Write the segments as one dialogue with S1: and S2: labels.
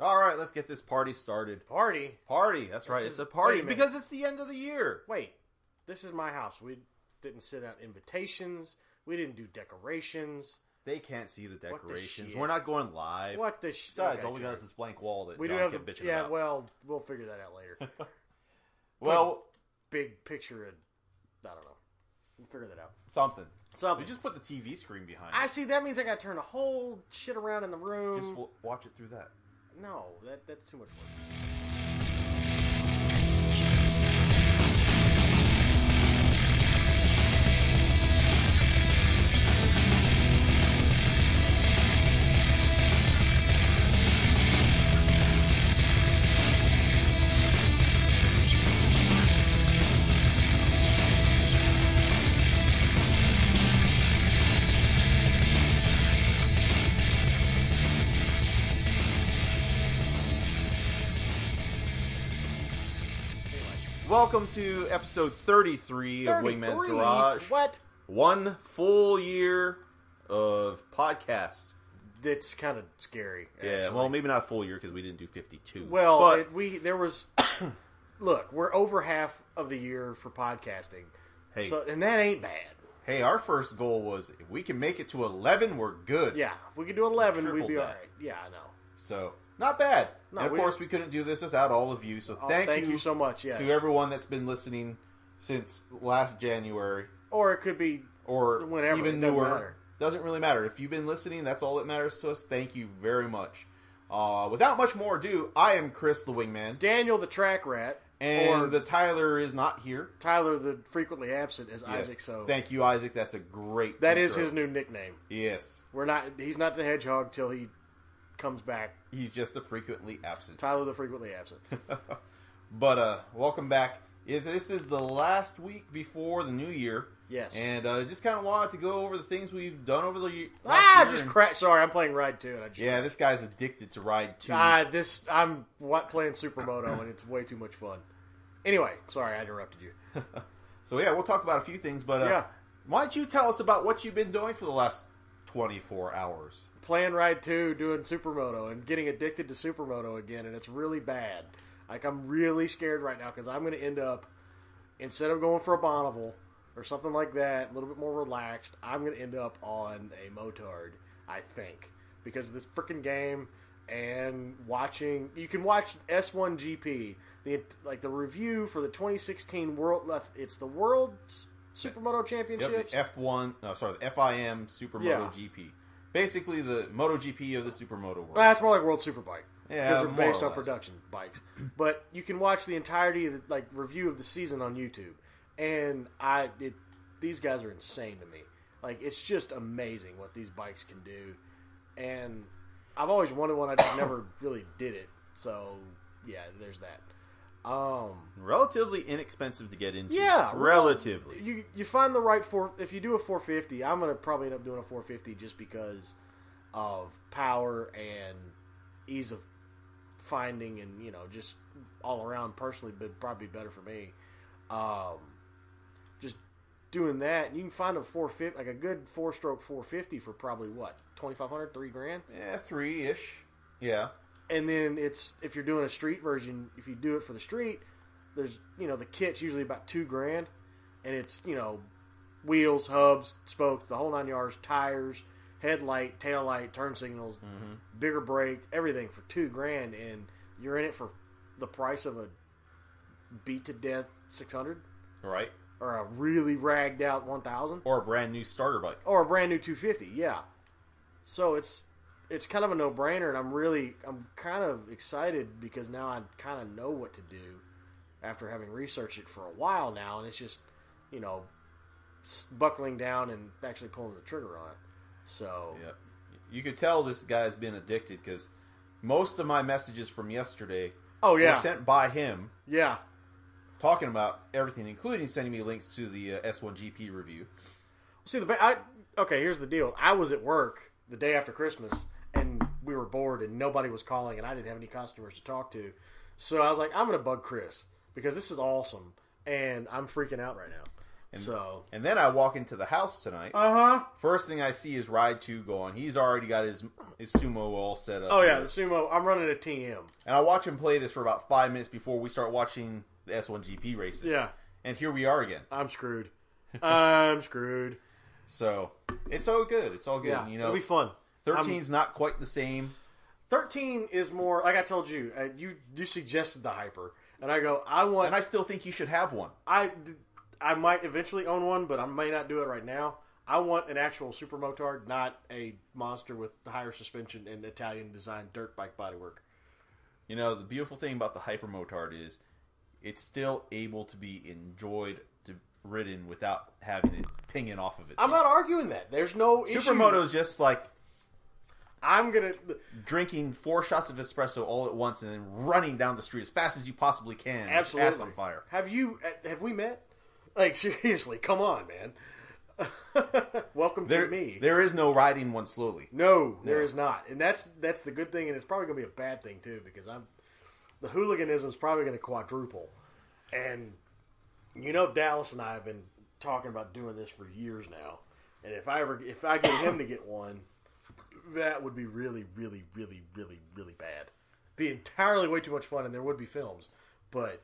S1: All right, let's get this party started.
S2: Party.
S1: Party. That's right.
S2: This
S1: It's
S2: is-
S1: a
S2: wait
S1: party
S2: a minute.
S1: because it's the end of the year.
S2: Wait, this is my house. We didn't send out invitations. We didn't do decorations.
S1: They can't see the
S2: What the
S1: decorations.
S2: shit?
S1: We're not going live.
S2: What the sh-
S1: Besides,
S2: okay,
S1: all we got
S2: sure.
S1: is this blank wall that
S2: We
S1: John
S2: do have
S1: kept
S2: the,
S1: bitching
S2: yeah.
S1: about.
S2: Well, we'll figure that out later.
S1: well,
S2: Big picture of I don't know. We'll figure that out.
S1: something.
S2: Something.
S1: We just put the TV screen behind.
S2: I
S1: it.
S2: see. That means I got to turn the whole shit around in the room.
S1: Just w- watch it through that.
S2: no, that that's too much work.
S1: Welcome to episode 33, of Wingman's
S2: 33?
S1: Garage.
S2: What?
S1: One full year of podcast.
S2: That's kind of scary.
S1: Yeah,
S2: actually.
S1: well, maybe not full year because we didn't do 52.
S2: Well,
S1: but
S2: it, we there was. look, we're over half of the year for podcasting,
S1: hey,
S2: so and that ain't bad.
S1: hey, our first goal was if we can make it to 11, we're good.
S2: Yeah, if we could do eleven, we'd
S1: Triple
S2: be
S1: that.
S2: all right. Yeah, I know.
S1: So, not bad.
S2: No,
S1: and of
S2: we-
S1: course, we couldn't do this without all of you. So,
S2: Oh,
S1: thank,
S2: you, so much. Yes.
S1: to everyone that's been listening since last January
S2: or it could be
S1: or
S2: Whenever,
S1: even
S2: it doesn't
S1: newer.
S2: matter.
S1: Doesn't really matter. If you've been listening, that's all that matters to us. Thank you very much. Uh, without much more ado, I am Chris the Wingman.
S2: Daniel the Track Rat
S1: And
S2: or
S1: the Tyler is not here.
S2: Tyler the Frequently Absent as
S1: Yes.
S2: Isaac. So
S1: thank you, Isaac. That's a great.
S2: that is
S1: intro.
S2: his new nickname.
S1: Yes,
S2: We're not. He's not the Hedgehog till he comes back.
S1: he's just a frequently absent.
S2: Tyler the Frequently Absent.
S1: But uh, welcome back. If this is the last week before the new year,
S2: Yes.
S1: and uh, just kind of wanted to go over the things we've done over the year.
S2: ah,
S1: year
S2: just
S1: and-
S2: crap. Sorry, I'm playing Ride Two, and I just
S1: yeah, this guy's addicted to ride two.
S2: Ah, this I'm what playing Supermoto, and it's way too much fun. Anyway, sorry I interrupted you.
S1: So yeah, we'll talk about a few things, but uh,
S2: Yeah.
S1: why don't you tell us about what you've been doing for the last twenty four hours?
S2: Playing Ride Two, doing Supermoto, and getting addicted to Supermoto again, and it's really bad. Like I'm really scared right now because I'm going to end up instead of going for a Bonneville or something like that, a little bit more relaxed. I'm going to end up on a Motard, I think, because of this freaking game and watching. You can watch S1GP, the like the review for the 2016 World. uh, It's the World Supermoto Championships.
S1: F one, no, sorry, the FIM Supermoto
S2: Yeah.
S1: GP, basically the MotoGP of the Supermoto world.
S2: Well, That's more like World Superbike.
S1: Yeah,
S2: because they're
S1: more
S2: based
S1: or
S2: on
S1: less.
S2: production bikes. But you can watch the entirety of the, like review of the season on YouTube, and I it, these guys are insane to me. Like it's just amazing what these bikes can do, and I've always wanted one. I just never really did it. So yeah, there's that. Um,
S1: Relatively inexpensive to get into.
S2: Yeah, well,
S1: relatively.
S2: you you find the right four. If you do a 450, I'm gonna probably end up doing a 450 just because of power and ease of finding, and you know, just all around personally, but probably better for me. Um, just doing that, you can find a 450, like a good four stroke 450 for probably what 2,500, three grand.
S1: yeah, three ish. Yeah,
S2: And then it's if you're doing a street version, if you do it for the street, there's you know the kit's usually about two grand, and it's you know wheels, hubs, spokes, the whole nine yards, tires, headlight, tail light, turn signals, bigger brake, everything for two grand, and you're in it for the price of a beat to death six hundred
S1: right.
S2: or a really ragged out one thousand
S1: Or a brand new starter bike.
S2: or a brand new 250 yeah so it's it's kind of a no-brainer and i'm really i'm kind of excited because now i kind of know what to do after having researched it for a while now and it's just you know s- buckling down and actually pulling the trigger on it so
S1: Yep. You could tell this guy's been addicted because most of my messages from yesterday
S2: oh
S1: were
S2: yeah
S1: sent by him
S2: yeah
S1: talking about everything, including sending me links to the uh, S1GP review.
S2: see the ba- I, okay here's the deal i was at work the day after christmas and we were bored and nobody was calling and i didn't have any customers to talk to so i was like i'm gonna bug chris because this is awesome and i'm freaking out right now
S1: And,
S2: so,
S1: and then I walk into the house tonight.
S2: uh huh.
S1: First thing I see is Ride 2 going. He's already got his his sumo all set up.
S2: Oh yeah, the sumo. I'm running a TM.
S1: And I watch him play this for about five minutes before we start watching the S1GP races.
S2: Yeah,
S1: And here we are again.
S2: I'm screwed. I'm screwed.
S1: So it's all good. It's all good.
S2: Yeah,
S1: And, you
S2: it'll
S1: know,
S2: be fun.
S1: 13's not quite the same.
S2: Thirteen is more like I told you. Uh, you you suggested the hyper, and I go. I want.
S1: And I still think you should have one.
S2: I I might eventually own one, but I may not do it right now. I want an actual super motard, not a monster with higher suspension and Italian designed dirt bike bodywork.
S1: You know, the beautiful thing about the Hyper Motard is it's still able to be enjoyed, to, ridden without having it pinging off of it.
S2: I'm not arguing that. There's no issue.
S1: Supermoto is just like
S2: I'm gonna.
S1: drinking four shots of espresso all at once and then running down the street as fast as you possibly can. with your
S2: Absolutely.
S1: Ass on fire.
S2: Have you? uh, Have we met? Like seriously, come on, man. Welcome
S1: There,
S2: to me.
S1: there is no riding one slowly.
S2: No, there is not, and that's that's the good thing, and it's probably going to be a bad thing too because I'm the hooliganism is probably going to quadruple, and you know Dallas and I have been talking about doing this for years now, and if I ever if I get him to get one, that would be really really really really really bad. Be entirely way too much fun, and there would be films, but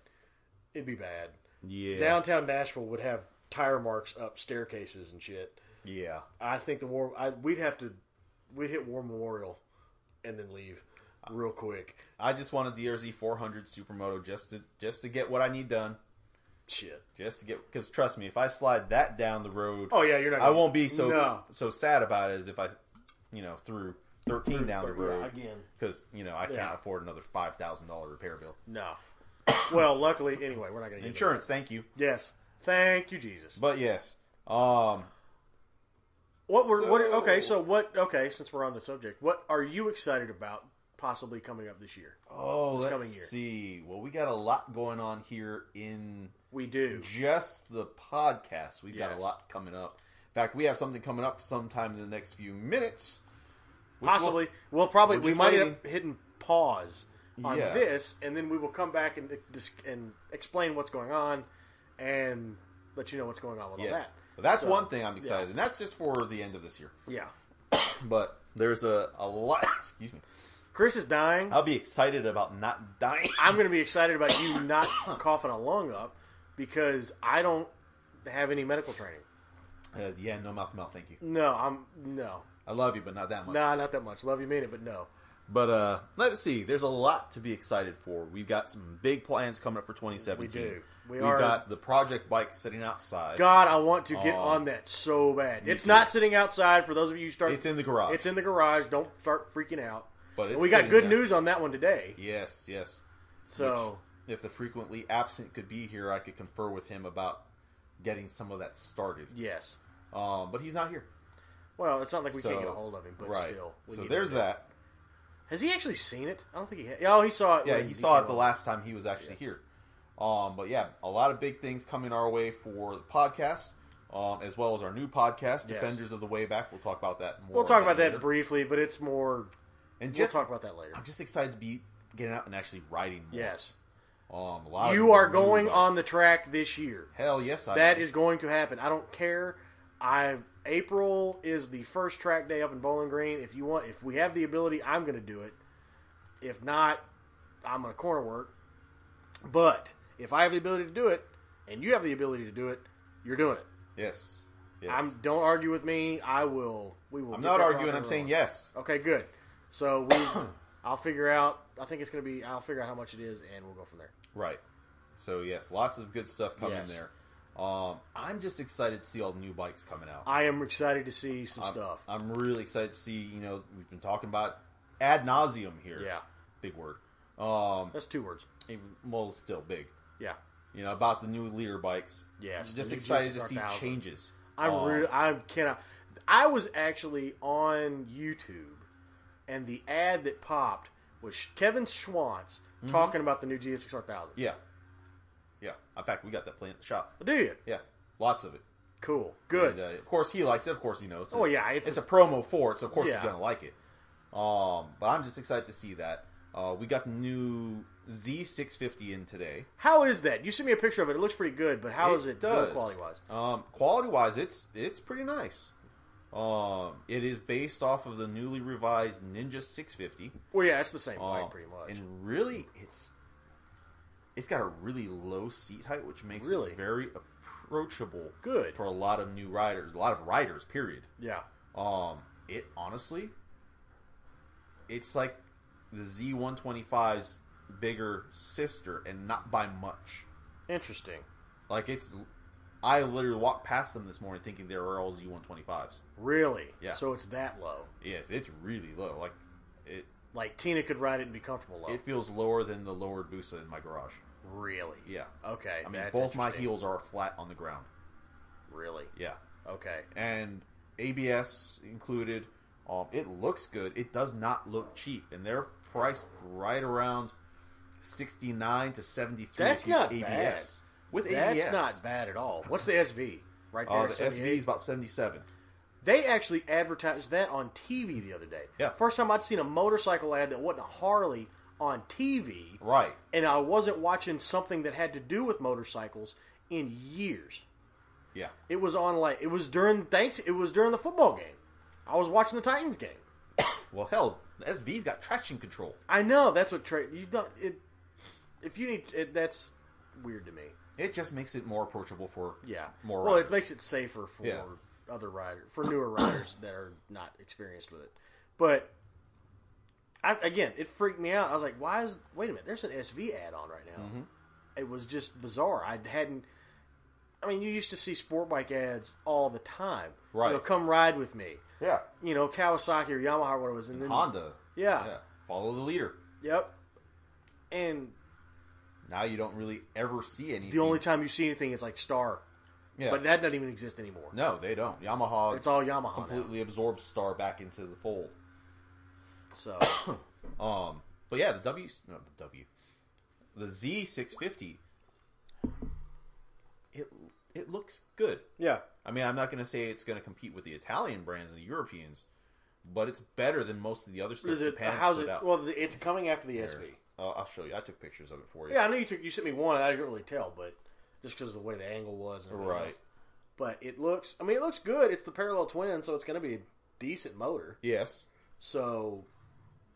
S2: it'd be bad.
S1: Yeah.
S2: Downtown Nashville would have tire marks up staircases and shit.
S1: Yeah.
S2: I think the war. I, we'd have to. We'd hit War Memorial, and then leave real quick.
S1: I just want a DRZ 400 Supermoto just to just to get what I need done.
S2: Shit.
S1: Just to get because trust me, if I slide that down the road,
S2: Oh yeah, you're not.
S1: I won't be so
S2: No.
S1: so sad about it as if I, you know, threw thirteen down the
S2: thirteen, yeah,
S1: road
S2: again.
S1: because you know I can't
S2: Yeah.
S1: afford another five thousand dollar repair bill.
S2: No. well, luckily, anyway, we're not going to
S1: Insurance, thank you.
S2: Yes. Thank you, Jesus.
S1: But yes, um,
S2: What were what?
S1: So-
S2: Okay, so what? Okay, since we're on the subject, what are you excited about possibly coming up this year?
S1: oh, let's
S2: coming year.
S1: see. Well, we got a lot going on here in
S2: We do.
S1: just the podcast. We've got
S2: Yes.
S1: a lot coming up. In fact, we have something coming up sometime in the next few minutes. which will-
S2: Possibly, we'll probably
S1: we're
S2: we
S1: just
S2: might end
S1: waiting.
S2: up hitting pause on
S1: Yeah.
S2: this, and then we will come back and dis- and explain what's going on, and let you know what's going on with all
S1: yes,
S2: that.
S1: But that's
S2: So,
S1: one thing I'm excited, and that's just for the end of this year.
S2: Yeah,
S1: But there's a a lot. excuse me.
S2: Chris is dying.
S1: I'll be excited about not dying.
S2: I'm going to be excited about you not coughing a lung up because I don't have any medical training.
S1: Uh, yeah, no mouth to mouth. Thank you.
S2: No, I'm no,
S1: I love you, but not that much.
S2: nah, not that much. Love you, mean it, but no.
S1: But uh, let's see. There's a lot to be excited for. We've got some big plans coming up for 2017.
S2: We do. We
S1: have
S2: are-
S1: got the project bike sitting outside.
S2: God, I want to get
S1: Aw.
S2: on that so bad. It's
S1: too.
S2: not sitting outside for those of you who start.
S1: It's in the garage.
S2: It's in the garage. Don't start freaking out.
S1: But
S2: And
S1: it's
S2: we got
S1: sitting
S2: good
S1: there.
S2: news on that one today.
S1: Yes, yes.
S2: So
S1: If the frequently absent could be here, I could confer with him about getting some of that started.
S2: yes.
S1: Um, but he's not here.
S2: Well, it's not like we
S1: So-
S2: can't get a hold of him, but
S1: right.
S2: still. we
S1: So
S2: need
S1: there's
S2: to know.
S1: that.
S2: Has he actually seen it? I don't think he. Had. Oh, he saw it.
S1: Yeah,
S2: when
S1: he saw
S2: came
S1: it the
S2: on.
S1: last time he was actually here. Um, but yeah, a lot of big things coming our way for the podcast, um, as well as our new podcast, Defenders of the Way Back. We'll talk about that more.
S2: We'll talk about
S1: later.
S2: that briefly, but it's more.
S1: And just,
S2: we'll talk about that later.
S1: I'm just excited to be getting out and actually riding. More.
S2: Yes.
S1: Um, a lot. of
S2: You are
S1: new
S2: going
S1: bikes.
S2: on the track this year.
S1: hell. Yes, I.
S2: That
S1: am.
S2: is going to happen. I don't care. I April is the first track day up in Bowling Green. If you want, if we have the ability, I'm going to do it. If not, I'm going to corner work. But if I have the ability to do it, and you have the ability to do it, you're doing it.
S1: Yes. Yes.
S2: I'm don't argue with me. I will. We will.
S1: I'm
S2: get
S1: not
S2: that
S1: arguing.
S2: rock
S1: I'm
S2: and
S1: saying
S2: rolling.
S1: yes.
S2: Okay, good. So we, I'll figure out. I think it's going to be. I'll figure out how much it is, and we'll go from there.
S1: Right. So yes, lots of good stuff coming
S2: Yes.
S1: there. Um, I'm just excited to see all the new bikes coming out.
S2: I am excited to see some
S1: I'm,
S2: stuff.
S1: I'm really excited to see. You know, we've been talking about ad nauseum here.
S2: Yeah,
S1: Big word. Um,
S2: that's two words.
S1: even- well, it's still big.
S2: Yeah.
S1: You know about the new leader bikes.
S2: Yes,
S1: Just
S2: the new
S1: excited to
S2: Genesis
S1: see
S2: 1000.
S1: changes.
S2: I'm
S1: Um,
S2: re- I cannot. I was actually on YouTube, and the ad that popped was Kevin Schwantz
S1: Mm-hmm.
S2: talking about the new GSXR1000.
S1: Yeah. Yeah. In fact, we got that plant shop.
S2: Do you?
S1: Yeah. Lots of it.
S2: Cool. Good.
S1: And, uh, of course, he likes it. Of course, he knows. it.
S2: Oh, yeah, it's
S1: it's
S2: a-
S1: a promo for it, so of course
S2: Yeah.
S1: he's gonna like it. Um, but I'm just excited to see that. Uh, we got the new Z650 in today.
S2: How is that? You sent me a picture of it. It looks pretty good, but how is it build quality wise?
S1: Um, quality wise, it's it's pretty nice. Um, it is based off of the newly revised Ninja 650.
S2: Well, yeah, it's the same
S1: Um,
S2: bike pretty much.
S1: And really, it's it's got a really low seat height, which makes
S2: Really?
S1: it very approachable
S2: Good.
S1: for a lot of new riders, a lot of riders. Period.
S2: yeah.
S1: Um, it honestly, it's like the Z125's bigger sister, and not by much.
S2: Interesting.
S1: Like it's, I literally walked past them this morning thinking they were all Z125s.
S2: Really?
S1: Yeah.
S2: So it's that low.
S1: Yes, it's really low. Like it,
S2: Like Tina could ride it and be comfortable low.
S1: it feels lower than the lowered Busa in my garage.
S2: really?
S1: Yeah.
S2: Okay.
S1: I mean,
S2: that's
S1: both my
S2: interesting.
S1: heels are flat on the ground.
S2: Really?
S1: Yeah,
S2: Okay.
S1: and ABS included. Um, it looks good. It does not look cheap, and they're priced right around sixty nine to seventy three.
S2: That's not
S1: ABS
S2: bad.
S1: with
S2: That's
S1: ABS.
S2: not bad at all. What's the SV? Right there.
S1: Uh,
S2: at
S1: the
S2: 78?
S1: SV is about seventy seven.
S2: They actually advertised that on TV the other day.
S1: Yeah.
S2: First time I'd seen a motorcycle ad that wasn't a Harley on TV,
S1: Right.
S2: and I wasn't watching something that had to do with motorcycles in years.
S1: Yeah.
S2: It was on like it was during thanks. It was during the football game. I was watching the Titans game.
S1: Well, hell, the SV's got traction control.
S2: I know that's what tra- you don't. It, if you need, it, that's weird to me.
S1: It just makes it more approachable for
S2: Yeah.
S1: more.
S2: well,
S1: riders.
S2: it makes it safer for
S1: Yeah.
S2: other riders, for newer riders that are not experienced with it. But I, again, it freaked me out. I was like, "Why is? Wait a minute. There's an SV ad on right now.
S1: Mm-hmm.
S2: It was just bizarre. I hadn't. I mean, you used to see sport bike ads all the time.
S1: Right.
S2: You know, come ride with me.
S1: yeah.
S2: You know, Kawasaki or Yamaha or what it was, and then
S1: Honda.
S2: Yeah.
S1: yeah. Follow the leader.
S2: Yep. And
S1: Now you don't really ever see anything.
S2: the only time you see anything is like Star,
S1: yeah.
S2: but that doesn't even exist anymore.
S1: no, they don't. Yamaha
S2: It's all Yamaha now.
S1: completely absorbs Star back into the fold.
S2: So
S1: Um, but yeah, the W, no, the W, the Z six fifty. It it looks good.
S2: yeah,
S1: I mean, I'm not going to say it's going to compete with the Italian brands and the Europeans, but it's better than most of the other stuff
S2: is it?
S1: Japan's
S2: How's
S1: put
S2: it?
S1: out.
S2: Well, the- it's coming after the
S1: Here.
S2: SV.
S1: Uh, I'll show you. I took pictures of it for you.
S2: Yeah, I know you took. You sent me one. I didn't really tell, but just because of the way the angle was, and everything
S1: Right.
S2: else. But it looks. I mean, it looks good. It's the parallel twin, so it's going to be a decent motor.
S1: Yes.
S2: So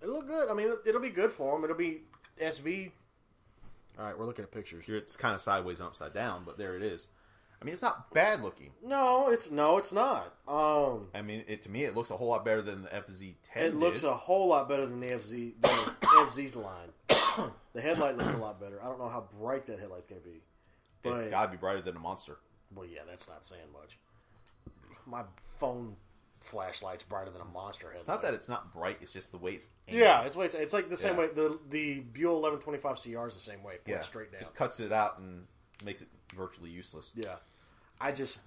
S2: it look good. I mean, it- it'll be good for them. It'll be SV. All right, we're looking at pictures.
S1: Here It's kind of sideways and upside down, but there it is. I mean, it's not bad looking.
S2: No, it's no, it's not. Um,
S1: I mean, it to me, it looks a whole lot better than the FZ10.
S2: It looks
S1: did.
S2: a whole lot better than the FZ than the FZ's line. the headlight looks a lot better. I don't know how bright that headlight's going to be.
S1: It's
S2: but-
S1: got to be brighter than a monster.
S2: Well, yeah, that's not saying much. My phone flashlight's brighter than a monster headlight.
S1: It's not that it's not bright. It's just the way it's. Aimed.
S2: Yeah, it's it's, it's like the same
S1: Yeah.
S2: way the the Buell 1125 CR is the same way. Point straight down.
S1: Just cuts it out and makes it virtually useless.
S2: yeah, I just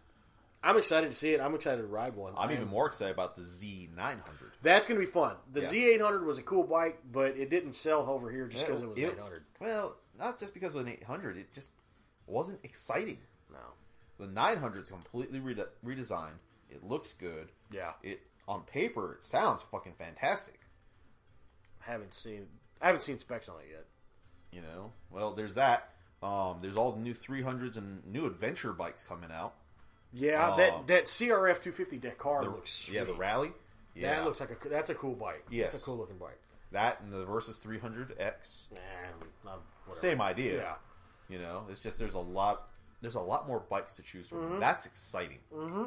S2: I'm excited to see it. I'm excited to ride one.
S1: I'm
S2: I
S1: even
S2: am-
S1: more excited about the Z900.
S2: That's going to be fun. The
S1: Yeah.
S2: Z800 was a cool bike, but it didn't sell over here just because it was 800.
S1: Well, not just because of an 800, it just wasn't exciting.
S2: No.
S1: The 900 is completely rede- redesigned. It looks good.
S2: Yeah.
S1: It on paper, it sounds fucking fantastic.
S2: haven't seen I haven't seen specs on it yet.
S1: You know. Well, there's that. Um, there's all the new 300s and new adventure bikes coming out.
S2: Yeah,
S1: Oh.
S2: that that CRF 250 that car looks sweet.
S1: yeah, the rally. Yeah,
S2: That looks like a that's a cool bike.
S1: Yes.
S2: that's a cool looking bike.
S1: that and the Versus 300X.
S2: Nah, not, whatever.
S1: Same idea.
S2: Yeah,
S1: You know, it's just there's a lot there's a lot more bikes to choose from. That's exciting. Mm-hmm.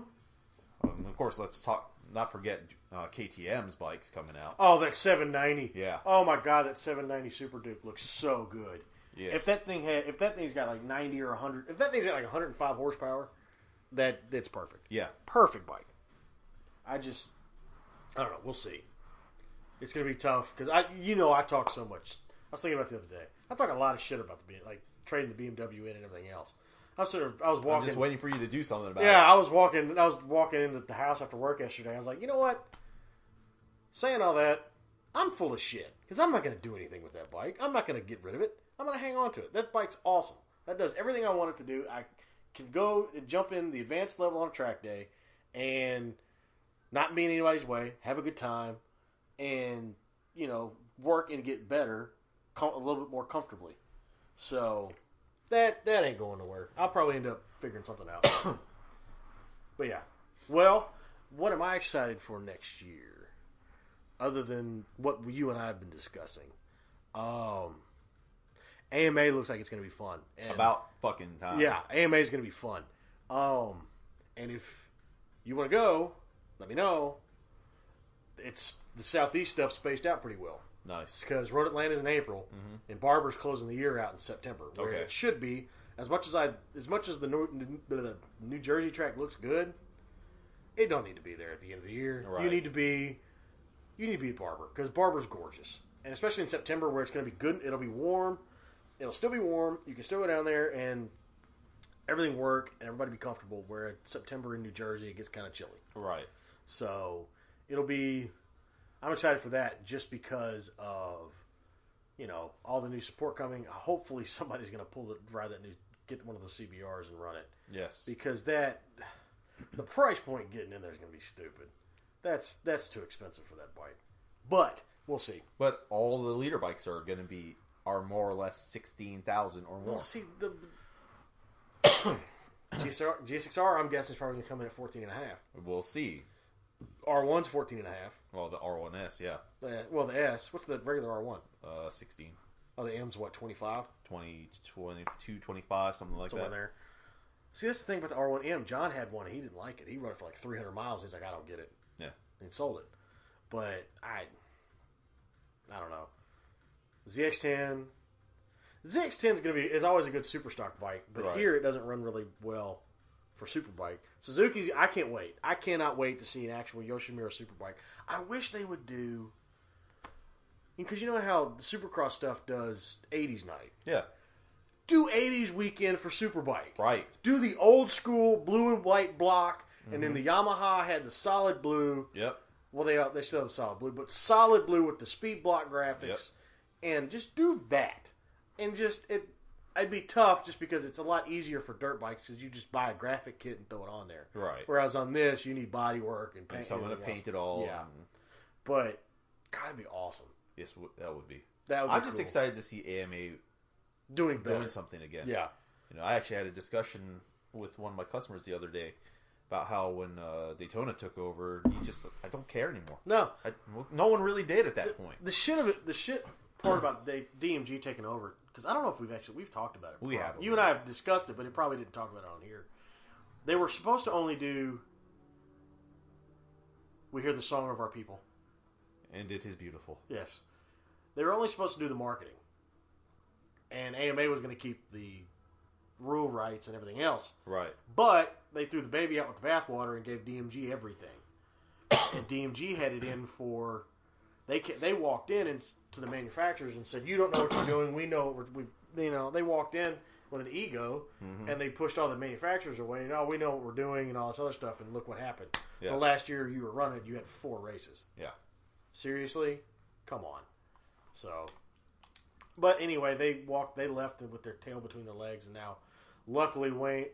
S1: Um, of course, let's talk. Not forget uh, KTM's bikes coming out.
S2: Oh, that 790.
S1: Yeah.
S2: Oh my god, that 790 Super Duke looks so good.
S1: Yes.
S2: If that thing had, if that thing's got like 90 or 100, if that thing's got like 105 horsepower, that that's perfect.
S1: Yeah,
S2: Perfect bike. I just, I don't know. We'll see. It's gonna be tough because I, you know, I talk so much. I was thinking about it the other day. I talk a lot of shit about the B- like trading the BMW in and everything else. I was sort of, I was
S1: I'm
S2: walking.
S1: just waiting for you to do something about
S2: Yeah,
S1: it.
S2: I was walking. I was walking into the house after work yesterday. I was like, you know what? Saying all that, I'm full of shit because I'm not going to do anything with that bike. I'm not going to get rid of it. I'm going to hang on to it. That bike's awesome. That does everything I want it to do. I can go and jump in the advanced level on a track day and not be in anybody's way, have a good time, and you know work and get better com- a little bit more comfortably. So that that ain't going nowhere. I'll probably end up figuring something out. but yeah, well, what am I excited for next year, other than what you and I have been discussing? Um, AMA looks like it's going to be fun. And
S1: About fucking time.
S2: yeah, AMA is going to be fun. Um, and if you want to go, let me know. It's the southeast stuff spaced out pretty well
S1: Nice.
S2: because Road Atlanta's in April and Barber's closing the year out in September. Where
S1: Mm-hmm. Okay.
S2: it should be as much as I as much as the New, the New Jersey track looks good, it don't need to be there at the end of the year. You
S1: Right.
S2: need to be you need to be at Barber because Barber's gorgeous, and especially in September where it's going to be good. It'll be warm. It'll still be warm. You can still go down there and everything work and everybody be comfortable. Where in September in New Jersey it gets kind of chilly.
S1: Right.
S2: So it'll be. I'm excited for that just because of, you know, all the new support coming. Hopefully somebody's going to pull the ride that new, get one of those CBRs and run it
S1: Yes.
S2: because that, the price point getting in there is going to be stupid. That's that's too expensive for that bike, but we'll see.
S1: But all the leader bikes are going to be are more or less sixteen thousand or more.
S2: We'll see the GSR, GSXR. I'm guessing is probably going to come in at 14 and a half.
S1: We'll see.
S2: R1's 14 and a half.
S1: Well, the R1S, yeah,
S2: Uh, well, the S. What's the regular R1?
S1: uh, 16,
S2: Oh, the M's what 25.
S1: 20, 22, 25, something like
S2: somewhere
S1: that.
S2: there. See, that's the thing about the R1M. John had one. He didn't like it. He rode it for like 300 miles. He's like, I don't get it,
S1: Yeah,
S2: and sold it. But I, I don't know. ZX10, ZX10 is gonna be is always a good super stock bike, but
S1: Right.
S2: here it doesn't run really well for superbike. Suzuki's. I can't wait. I cannot wait to see an actual Yoshimura superbike. I wish they would do. Because you know how the Supercross stuff does 80s night.
S1: yeah,
S2: Do 80s weekend for Superbike
S1: right.
S2: do the old school blue and white block, and
S1: Mm-hmm.
S2: then the Yamaha had the solid blue.
S1: Yep,
S2: Well, they they still have the solid blue, but solid blue with the speed block graphics, and just do that, and just it. It'd be tough just because it's a lot easier for dirt bikes because you just buy a graphic kit and throw it on there.
S1: Right.
S2: Whereas on this, you need body work and paint.
S1: and someone to
S2: everything
S1: paint it all.
S2: Yeah.
S1: and-
S2: else. But God, that'd be awesome.
S1: yes, w- that would be.
S2: That would be
S1: I'm just
S2: cool.
S1: excited to see AMA
S2: Doing better.
S1: doing something again.
S2: Yeah.
S1: You know, I actually had a discussion with one of my customers the other day about how when uh, Daytona took over, he just I don't care anymore.
S2: No,
S1: I, no one really did at that point.
S2: the shit of it, the shit part about the DMG taking over because I don't know if we've actually we've talked about it.
S1: We have.
S2: You and I have discussed it, but it probably didn't talk about it on here. They were supposed to only do. We hear the song of our people.
S1: And it is beautiful.
S2: Yes, they were only supposed to do the marketing, and AMA was going to keep the rule rights and everything else.
S1: Right.
S2: But they threw the baby out with the bathwater and gave DMG everything. and DMG headed in for they ca- they walked in and s- to the manufacturers and said, "You don't know what you're doing. We know what we're, we you know." They walked in with an ego and they pushed all the manufacturers away. And oh, we know what we're doing and all this other stuff. And look what happened.
S1: Yeah.
S2: The last year you were running, you had four races.
S1: Yeah.
S2: Seriously, come on. So, but anyway, they walked. They left with their tail between their legs, and now, luckily, Wayne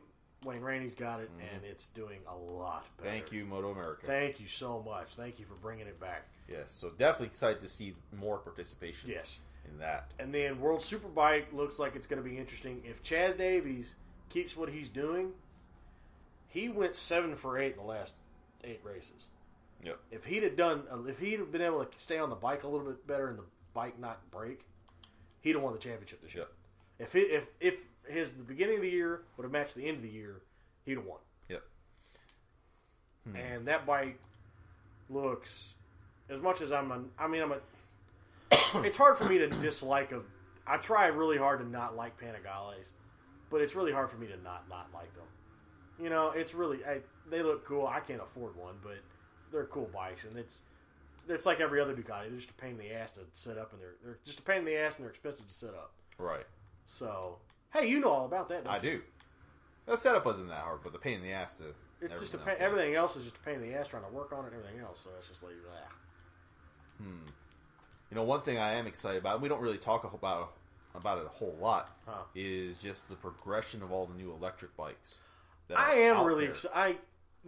S2: Wayne Rainey's got it, and it's doing a lot better.
S1: Mm-hmm. Thank you, Moto America.
S2: Thank you so much. Thank you for bringing it back.
S1: yes. So definitely excited to see more participation.
S2: Yes.
S1: In that.
S2: And then World Superbike looks like it's going to be interesting. If Chaz Davies keeps what he's doing, he went seven for eight in the last eight races.
S1: Yep.
S2: If he'd have done, if he'd have been able to stay on the bike a little bit better and the bike not break, he'd have won the championship this year.
S1: Yep.
S2: If he, if if his the beginning of the year would have matched the end of the year, he'd have won.
S1: Yep.
S2: And that bike looks, as much as I'm, a, I mean, I'm a. it's hard for me to dislike of. I try really hard to not like Panigales, but it's really hard for me to not not like them. You know, it's really I, they look cool. I can't afford one, but they're cool bikes, and it's it's like every other Ducati. They're just a pain in the ass to set up, and they're they're just a pain in the ass, and they're expensive to set up.
S1: Right.
S2: So, hey, you know all about that. Don't
S1: I
S2: you?
S1: do. That setup wasn't that hard, but the pain in the ass to.
S2: It's just a
S1: everyone
S2: pain,
S1: else.
S2: everything else is just a pain in the ass trying to work on it and everything else. So it's just like, ah.
S1: You know, one thing I am excited about, and we don't really talk about about it a whole lot,
S2: Huh.
S1: is just the progression of all the new electric bikes. that
S2: I
S1: are
S2: am
S1: out
S2: really
S1: there.
S2: excited. I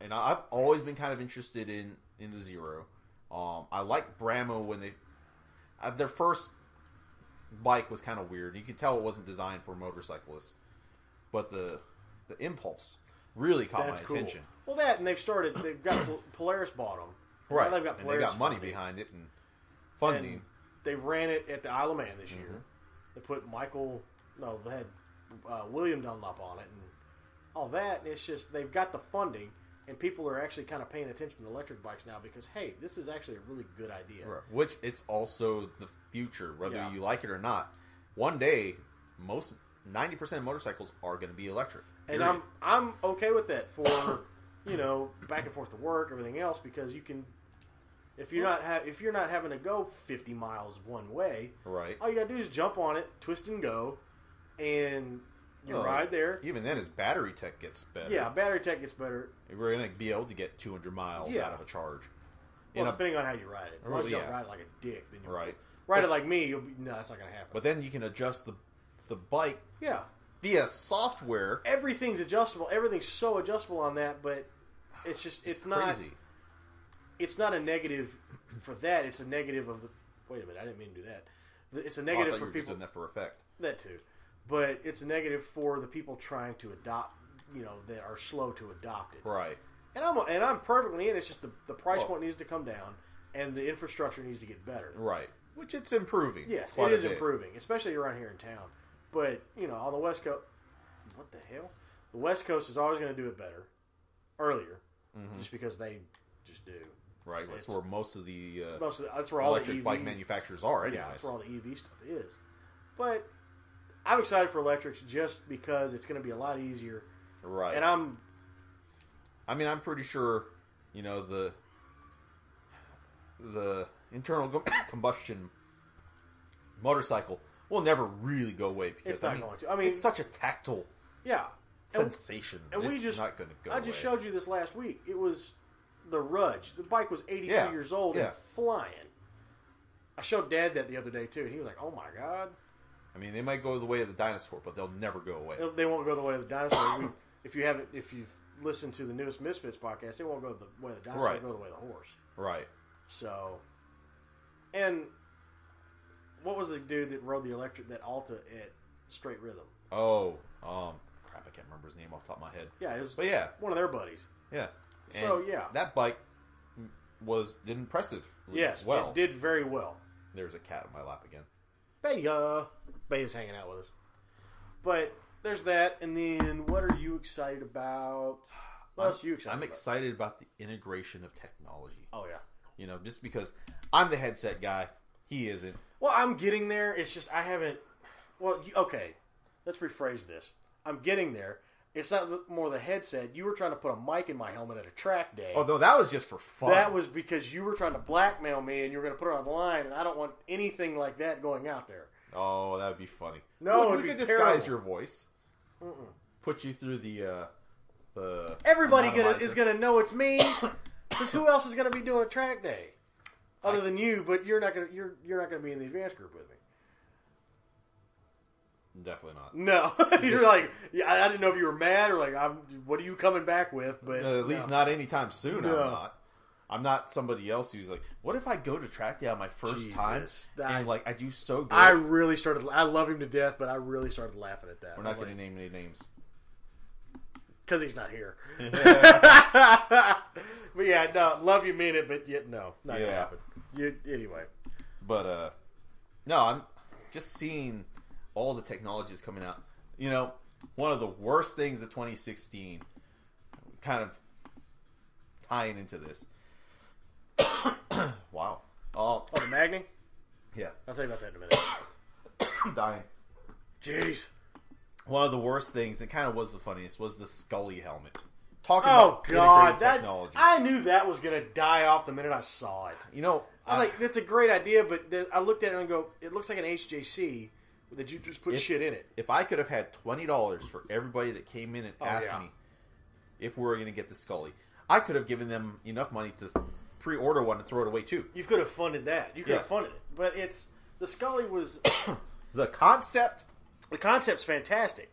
S1: and I- I've always been kind of interested in in the Zero. Um, I like Bramo when they uh, their first bike was kind of weird. You could tell it wasn't designed for motorcyclists, but the the impulse really caught
S2: That's
S1: Oh, my
S2: cool.
S1: attention.
S2: Well, that and they've started. They've got Pol- Polaris bought them. Now they've
S1: and
S2: got
S1: they
S2: Polaris.
S1: got money
S2: funding,
S1: behind it and
S2: and
S1: funding.
S2: They ran it at the Isle of Man this year.
S1: Mm-hmm.
S2: They put Michael. No, they had uh, William Dunlop on it and all that. And it's just they've got the funding, and people are actually kind of paying attention to electric bikes now because hey, this is actually a really good idea.
S1: Right. Which it's also the future, whether
S2: Yeah.
S1: you like it or not. One day, most ninety percent of motorcycles are going to be electric.
S2: And
S1: period.
S2: I'm I'm okay with that for you know back and forth to work, everything else, because you can if you're not ha- if you're not having to go 50 miles one way,
S1: right.
S2: all you gotta do is jump on it, twist and go, and you
S1: Well,
S2: ride there.
S1: Even then, as battery tech gets better,
S2: Yeah, battery tech gets better.
S1: we're going to be able to get two hundred miles
S2: Yeah.
S1: out of a charge.
S2: Well,
S1: In a- Oh,
S2: depending on how you ride it. As long as you
S1: Yeah.
S2: don't ride it like a dick, then you
S1: Right.
S2: Ride it like me, you'll be no, that's not gonna happen.
S1: But then you can adjust the the bike
S2: yeah,
S1: via software.
S2: everything's adjustable. Everything's so adjustable on that, but it's just it's, not.
S1: crazy. Oh,
S2: it's not a negative for that. It's a negative of the. Wait a minute, I didn't mean to do that. The- It's a
S1: Oh, I thought
S2: negative
S1: you
S2: for
S1: were just
S2: people
S1: doing that for effect.
S2: that too, but it's a negative for the people trying to adopt. You know that are slow to adopt it.
S1: Right.
S2: And I'm and I'm perfectly in. It's just the the price
S1: Well-
S2: point needs to come down, and the infrastructure needs to get better.
S1: Right. Which it's improving.
S2: Yes,
S1: quite
S2: it
S1: a
S2: is
S1: bit.
S2: improving, especially around here in town. But you know, on the West Coast, what the hell? The West Coast is always going to do it better, earlier,
S1: Mm-hmm.
S2: just because they just do.
S1: Right. That's
S2: It's-
S1: where most of the uh,
S2: Most of the, E that's where all
S1: electric
S2: the EV
S1: bike manufacturers are. Anyways.
S2: Yeah, that's where all the EV stuff is. But I'm excited for electrics just because it's going to be a lot easier.
S1: Right.
S2: And I'm
S1: I mean, I'm pretty sure, you know, the the internal com- combustion motorcycle will never really go away because
S2: It's not
S1: I mean,
S2: going to. I mean-
S1: it's such a tactile
S2: yeah. And,
S1: sensation.
S2: and we
S1: It's
S2: just
S1: not going to go.
S2: I just
S1: away.
S2: showed you this last week. It was the Rudge. The bike was 83
S1: Yeah,
S2: years old
S1: yeah.
S2: and flying. I showed Dad that the other day too, and he was like, "Oh my god,
S1: I mean, they might go the way of the dinosaur, but they'll never go away.
S2: They- they won't go the way of the dinosaur." we, if you haven't, if you've listened to the newest Misfits podcast, they won't go the way of the dinosaur.
S1: Right.
S2: They'll go the way of the horse.
S1: Right.
S2: So, and what was the dude that rode the electric that Alta at Straight Rhythm?
S1: Oh, um, crap! I can't remember his name off the top of my head.
S2: Yeah, it was
S1: But yeah,
S2: one of their buddies.
S1: yeah.
S2: So,
S1: And
S2: yeah.
S1: that bike was did impressive.
S2: Yes,
S1: Well,
S2: it did very well.
S1: there's a cat in my lap again.
S2: Baya, Baya's hanging out with us. But there's that, and then what are you excited about? What else are you excited?
S1: I'm
S2: about?
S1: excited about the integration of technology.
S2: Oh yeah.
S1: You know, just because I'm the headset guy, he isn't.
S2: Well, I'm getting there. It's just I haven't. Well, you- okay, let's rephrase this. I'm getting there. It's not the- more the headset. You were trying to put a mic in my helmet at a track day.
S1: Although that was just for fun.
S2: That was because you were trying to blackmail me and you were going to put it online, and I don't want anything like that going out there.
S1: oh, that would be funny.
S2: No,
S1: Look,
S2: it'd
S1: we
S2: be
S1: could disguise
S2: terrible.
S1: your voice. Put you through the uh, the
S2: Everybody gonna, is
S1: anonymizer.
S2: going to know it's me. Because who else is going to be doing a track day other than you? But you're not going to you're you're not going to be in the advanced group with me.
S1: definitely not.
S2: No, you're like yeah, I, I didn't know if you were mad or like I'm. What are you coming back with? But
S1: No, at least not anytime soon.
S2: No.
S1: I'm not. I'm not somebody else who's like, what if I go to track down my first time
S2: Jesus, that-
S1: and like I do so good?
S2: I really started. I love him to death, but I really started laughing at that.
S1: We're not going to name any names.
S2: because he's not here. but yeah, no, love you, mean it, but yet no, not
S1: Yeah.
S2: gonna happen. You anyway.
S1: But uh no, I'm just seeing all the technologies coming out. You know, one of the worst things of 2016 kind of tying into this. wow. Oh,
S2: Oh, the Magni.
S1: yeah.
S2: I'll tell you about that in a minute.
S1: I'm dying.
S2: Jeez.
S1: One of the worst things, and kind of was the funniest, was the Scully helmet. Talking
S2: Oh
S1: about
S2: God,
S1: integrating
S2: that
S1: technology.
S2: I knew that was gonna die off the minute I saw it.
S1: you know,
S2: I was like that's a great idea, but th- I looked at it and I go, it looks like an HJC that you just put
S1: If-
S2: shit in it.
S1: if I could have had twenty dollars for everybody that came in and asked
S2: Oh, yeah.
S1: me if we were going to get the Scully, I could have given them enough money to pre-order one and throw it away too.
S2: You could have funded that. You could
S1: Yeah.
S2: have funded it, but it's the Scully was
S1: The concept,
S2: the concept's fantastic.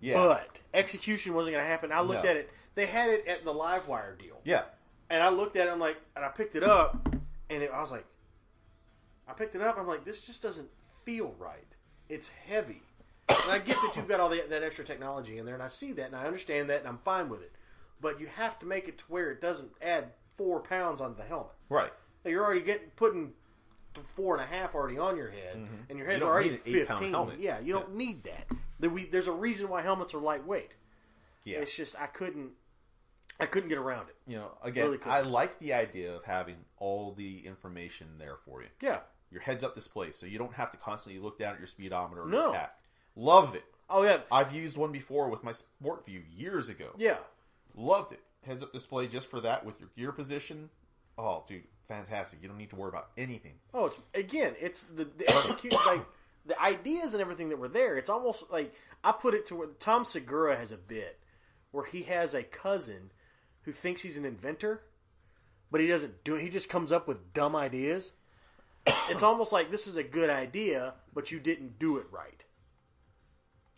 S1: yeah,
S2: but execution wasn't going to happen. I looked
S1: No.
S2: at it; they had it at the live wire deal,
S1: yeah,
S2: and I looked at it. I'm like, and I picked it up, and it, I was like, I picked it up. I'm like, this just doesn't feel right. It's heavy. And I get that you've got all that, that extra technology in there, and I see that, and I understand that, and I'm fine with it. But you have to make it to where it doesn't add four pounds onto the helmet.
S1: Right.
S2: Now, you're already getting putting th- four and a half already on your head, and your
S1: Mm-hmm. You
S2: head's
S1: don't
S2: already
S1: need an eight-pound
S2: 15.
S1: helmet.
S2: Yeah, you don't need that. There we- There's a reason why helmets are lightweight.
S1: Yeah.
S2: It's just I couldn't, I couldn't get around it.
S1: you know, again,
S2: Really cool.
S1: I like the idea of having all the information there for you.
S2: Yeah.
S1: Your heads up display, so you don't have to constantly look down at your speedometer or
S2: No.
S1: your pack. Love it.
S2: Oh yeah.
S1: I've used one before with my Sport View years ago.
S2: Yeah.
S1: Loved it. Heads up display just for that with your gear position. Oh, dude, fantastic. You don't need to worry about anything.
S2: Oh, it's, again, it's the, the execute like the ideas and everything that were there. It's almost like I put it to where Tom Segura has a bit where he has a cousin who thinks he's an inventor, but he doesn't do it. He just comes up with dumb ideas. It's almost like this is a good idea, but you didn't do it right.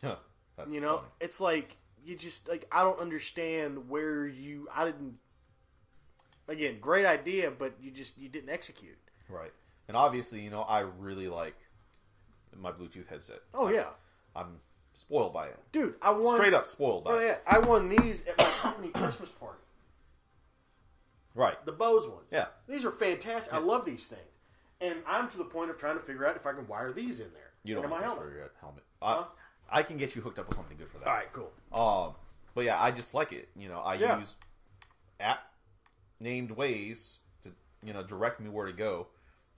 S1: Huh. That's
S2: You know,
S1: funny.
S2: it's like you just like I don't understand where you I didn't again, great idea, but you just you didn't execute.
S1: Right. And obviously, you know, I really like my Bluetooth headset.
S2: Oh yeah.
S1: I'm spoiled by it.
S2: Dude, I won
S1: Straight up spoiled by
S2: Oh
S1: it.
S2: yeah, I won these at my company Christmas party.
S1: Right.
S2: The Bose ones.
S1: Yeah.
S2: These are fantastic. I love these things. And I'm to the point of trying to figure out if I can wire these in there.
S1: You don't
S2: into my
S1: have to
S2: helmet.
S1: for your helmet. I,
S2: Huh?
S1: I can get you hooked up with something good for that.
S2: All right, cool.
S1: Um, but yeah, I just like it. You know, I
S2: Yeah.
S1: use app named ways to you know direct me where to go,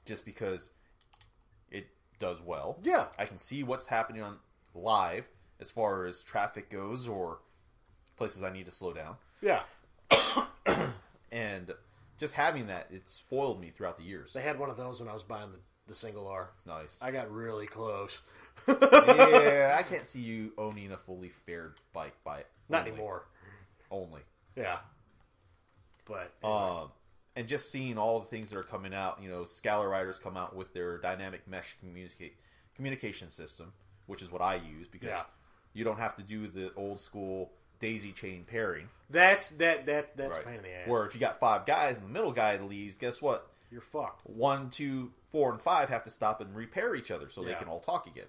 S1: just because it does well.
S2: Yeah.
S1: I can see what's happening on live as far as traffic goes or places I need to slow down,
S2: Yeah.
S1: and just having that it's spoiled me throughout the years.
S2: They had one of those when I was buying the, the single R.
S1: Nice.
S2: I got really close.
S1: yeah, I can't see you owning a fully fared bike by
S2: Not
S1: only-
S2: anymore.
S1: only.
S2: Yeah. But
S1: Um, and just seeing all the things that are coming out, you know, Scalar Riders come out with their dynamic mesh communicate communication system, which is what I use because
S2: Yeah.
S1: you don't have to do the old school daisy chain pairing.
S2: that's that that's that's a pain in the ass.
S1: Where if you got five guys and the middle guy leaves, guess what?
S2: You're fucked.
S1: One, two, four, and five have to stop and repair each other so they
S2: Yeah.
S1: can all talk again.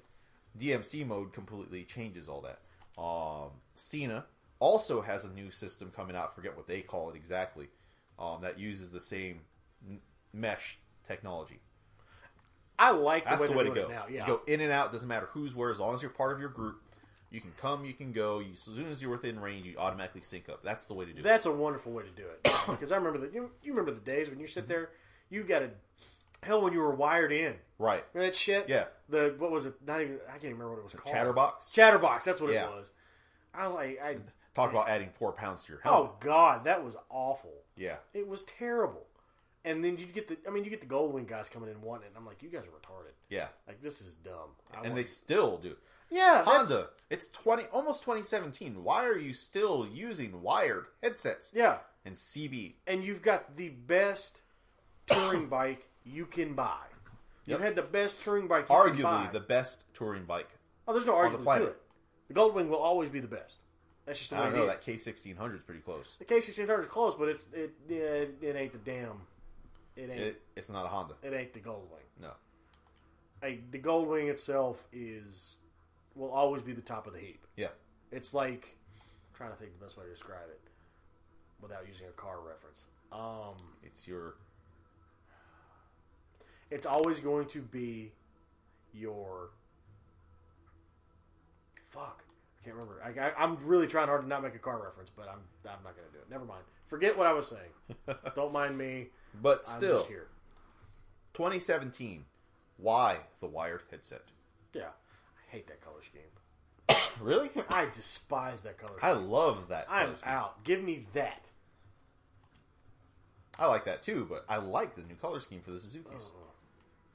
S1: DMC mode completely changes all that. Um, Cena also has a new system coming out. Forget what they call it exactly. Um, that uses the same n- mesh technology.
S2: I like the
S1: That's
S2: way
S1: the
S2: they're
S1: way to
S2: doing
S1: go.
S2: it now. Yeah.
S1: You go in and out. Doesn't matter who's where. As long as you're part of your group, you can come. You can go. You, as soon as you're within range, you automatically sync up. That's the way to do it.
S2: That's a wonderful way to do it because I remember that you, you remember the days when you sit
S1: Mm-hmm.
S2: there, you got a hell when you were wired in.
S1: Right.
S2: Remember that shit?
S1: Yeah.
S2: The what was it? Not even I can't even remember what it was called.
S1: Chatterbox.
S2: Chatterbox. That's what
S1: Yeah.
S2: it was. I like I.
S1: Talk about adding four pounds to your helmet.
S2: Oh God, that was awful.
S1: Yeah.
S2: It was terrible. And then you get the I mean you get the Goldwing guys coming in wanting it. And I'm like, you guys are retarded.
S1: Yeah.
S2: Like this is dumb. I
S1: And they
S2: want-
S1: still do.
S2: yeah that's-
S1: Honda, it's twenty almost twenty seventeen. Why are you still using wired headsets
S2: yeah.
S1: and CB?
S2: and you've got the best touring bike you can buy. You've
S1: Yep.
S2: had the best touring bike you can buy.
S1: Arguably the best touring bike.
S2: oh, there's no
S1: the
S2: argument to
S1: planet.
S2: it. The Goldwing will always be the best. That's just the
S1: I
S2: way
S1: don't
S2: it
S1: know
S2: is.
S1: that K sixteen hundred is pretty close.
S2: The K1600 is close, but it's it it, it ain't the damn. It ain't
S1: It,
S2: it,
S1: it's not a Honda.
S2: ain't the Goldwing.
S1: No.
S2: Like the Goldwing itself is will always be the top of the heap.
S1: Yeah.
S2: It's like I'm trying to think the best way to describe it without using a car reference. Um,
S1: It's your
S2: it's always going to be your fuck. I can't remember. I, I, I'm really trying hard to not make a car reference, but I'm I'm not going to do it. Never mind. Forget what I was saying. Don't mind me.
S1: but
S2: I'm
S1: still
S2: just here.
S1: twenty seventeen. Why the wired headset?
S2: Yeah, I hate that color scheme.
S1: Really?
S2: I despise that color.
S1: I
S2: scheme.
S1: love that.
S2: I'm
S1: color scheme.
S2: out. Give me that.
S1: I like that too, but I like the new color scheme for the Suzuki's.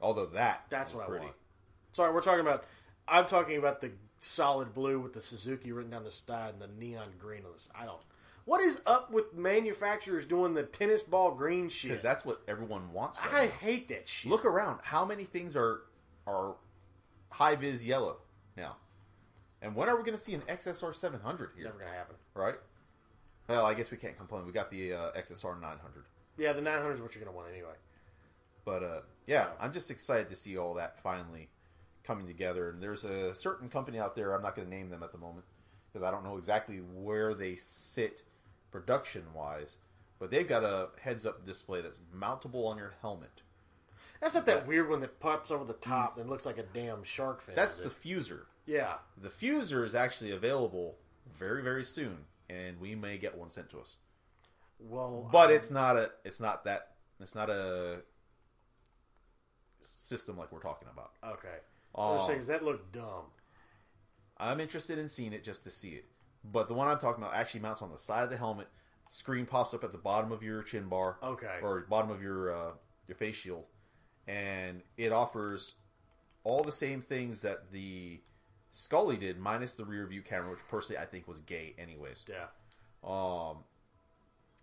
S1: Although that
S2: Oh. That's
S1: is
S2: what I
S1: pretty.
S2: want. Sorry, we're talking about. I'm talking about the solid blue with the Suzuki written down the side and the neon green on this. I don't. What is up with manufacturers doing the tennis ball green shit?
S1: Because that's what everyone wants. Right
S2: I
S1: now.
S2: hate that shit.
S1: Look around. How many things are are high vis yellow now? And when are we going to see an XSR 700 here?
S2: never gonna happen.
S1: Right? Well, I guess we can't complain. We got the uh, XSR 900.
S2: Yeah, the 900 is what you're gonna want anyway.
S1: But uh, yeah, I'm just excited to see all that finally coming together. And there's a certain company out there. I'm not going to name them at the moment because I don't know exactly where they sit production wise. But they've got a heads up display that's mountable on your helmet.
S2: That's not that weird one that pops over the top and looks like a damn shark fin.
S1: Mm. That's the
S2: is it?
S1: fuser.
S2: yeah.
S1: The fuser is actually available very very soon, and we may get one sent to us.
S2: Well,
S1: But it's not a it's not that it's not a system like we're talking about.
S2: okay.
S1: Oh.
S2: Those things that look dumb.
S1: I'm interested in seeing it just to see it. But the one I'm talking about actually mounts on the side of the helmet. Screen pops up at the bottom of your chin bar,
S2: Okay.
S1: or bottom of your uh, your face shield, and it offers all the same things that the Scully did, minus the rear view camera, which personally I think was gay, anyways.
S2: Yeah.
S1: Um,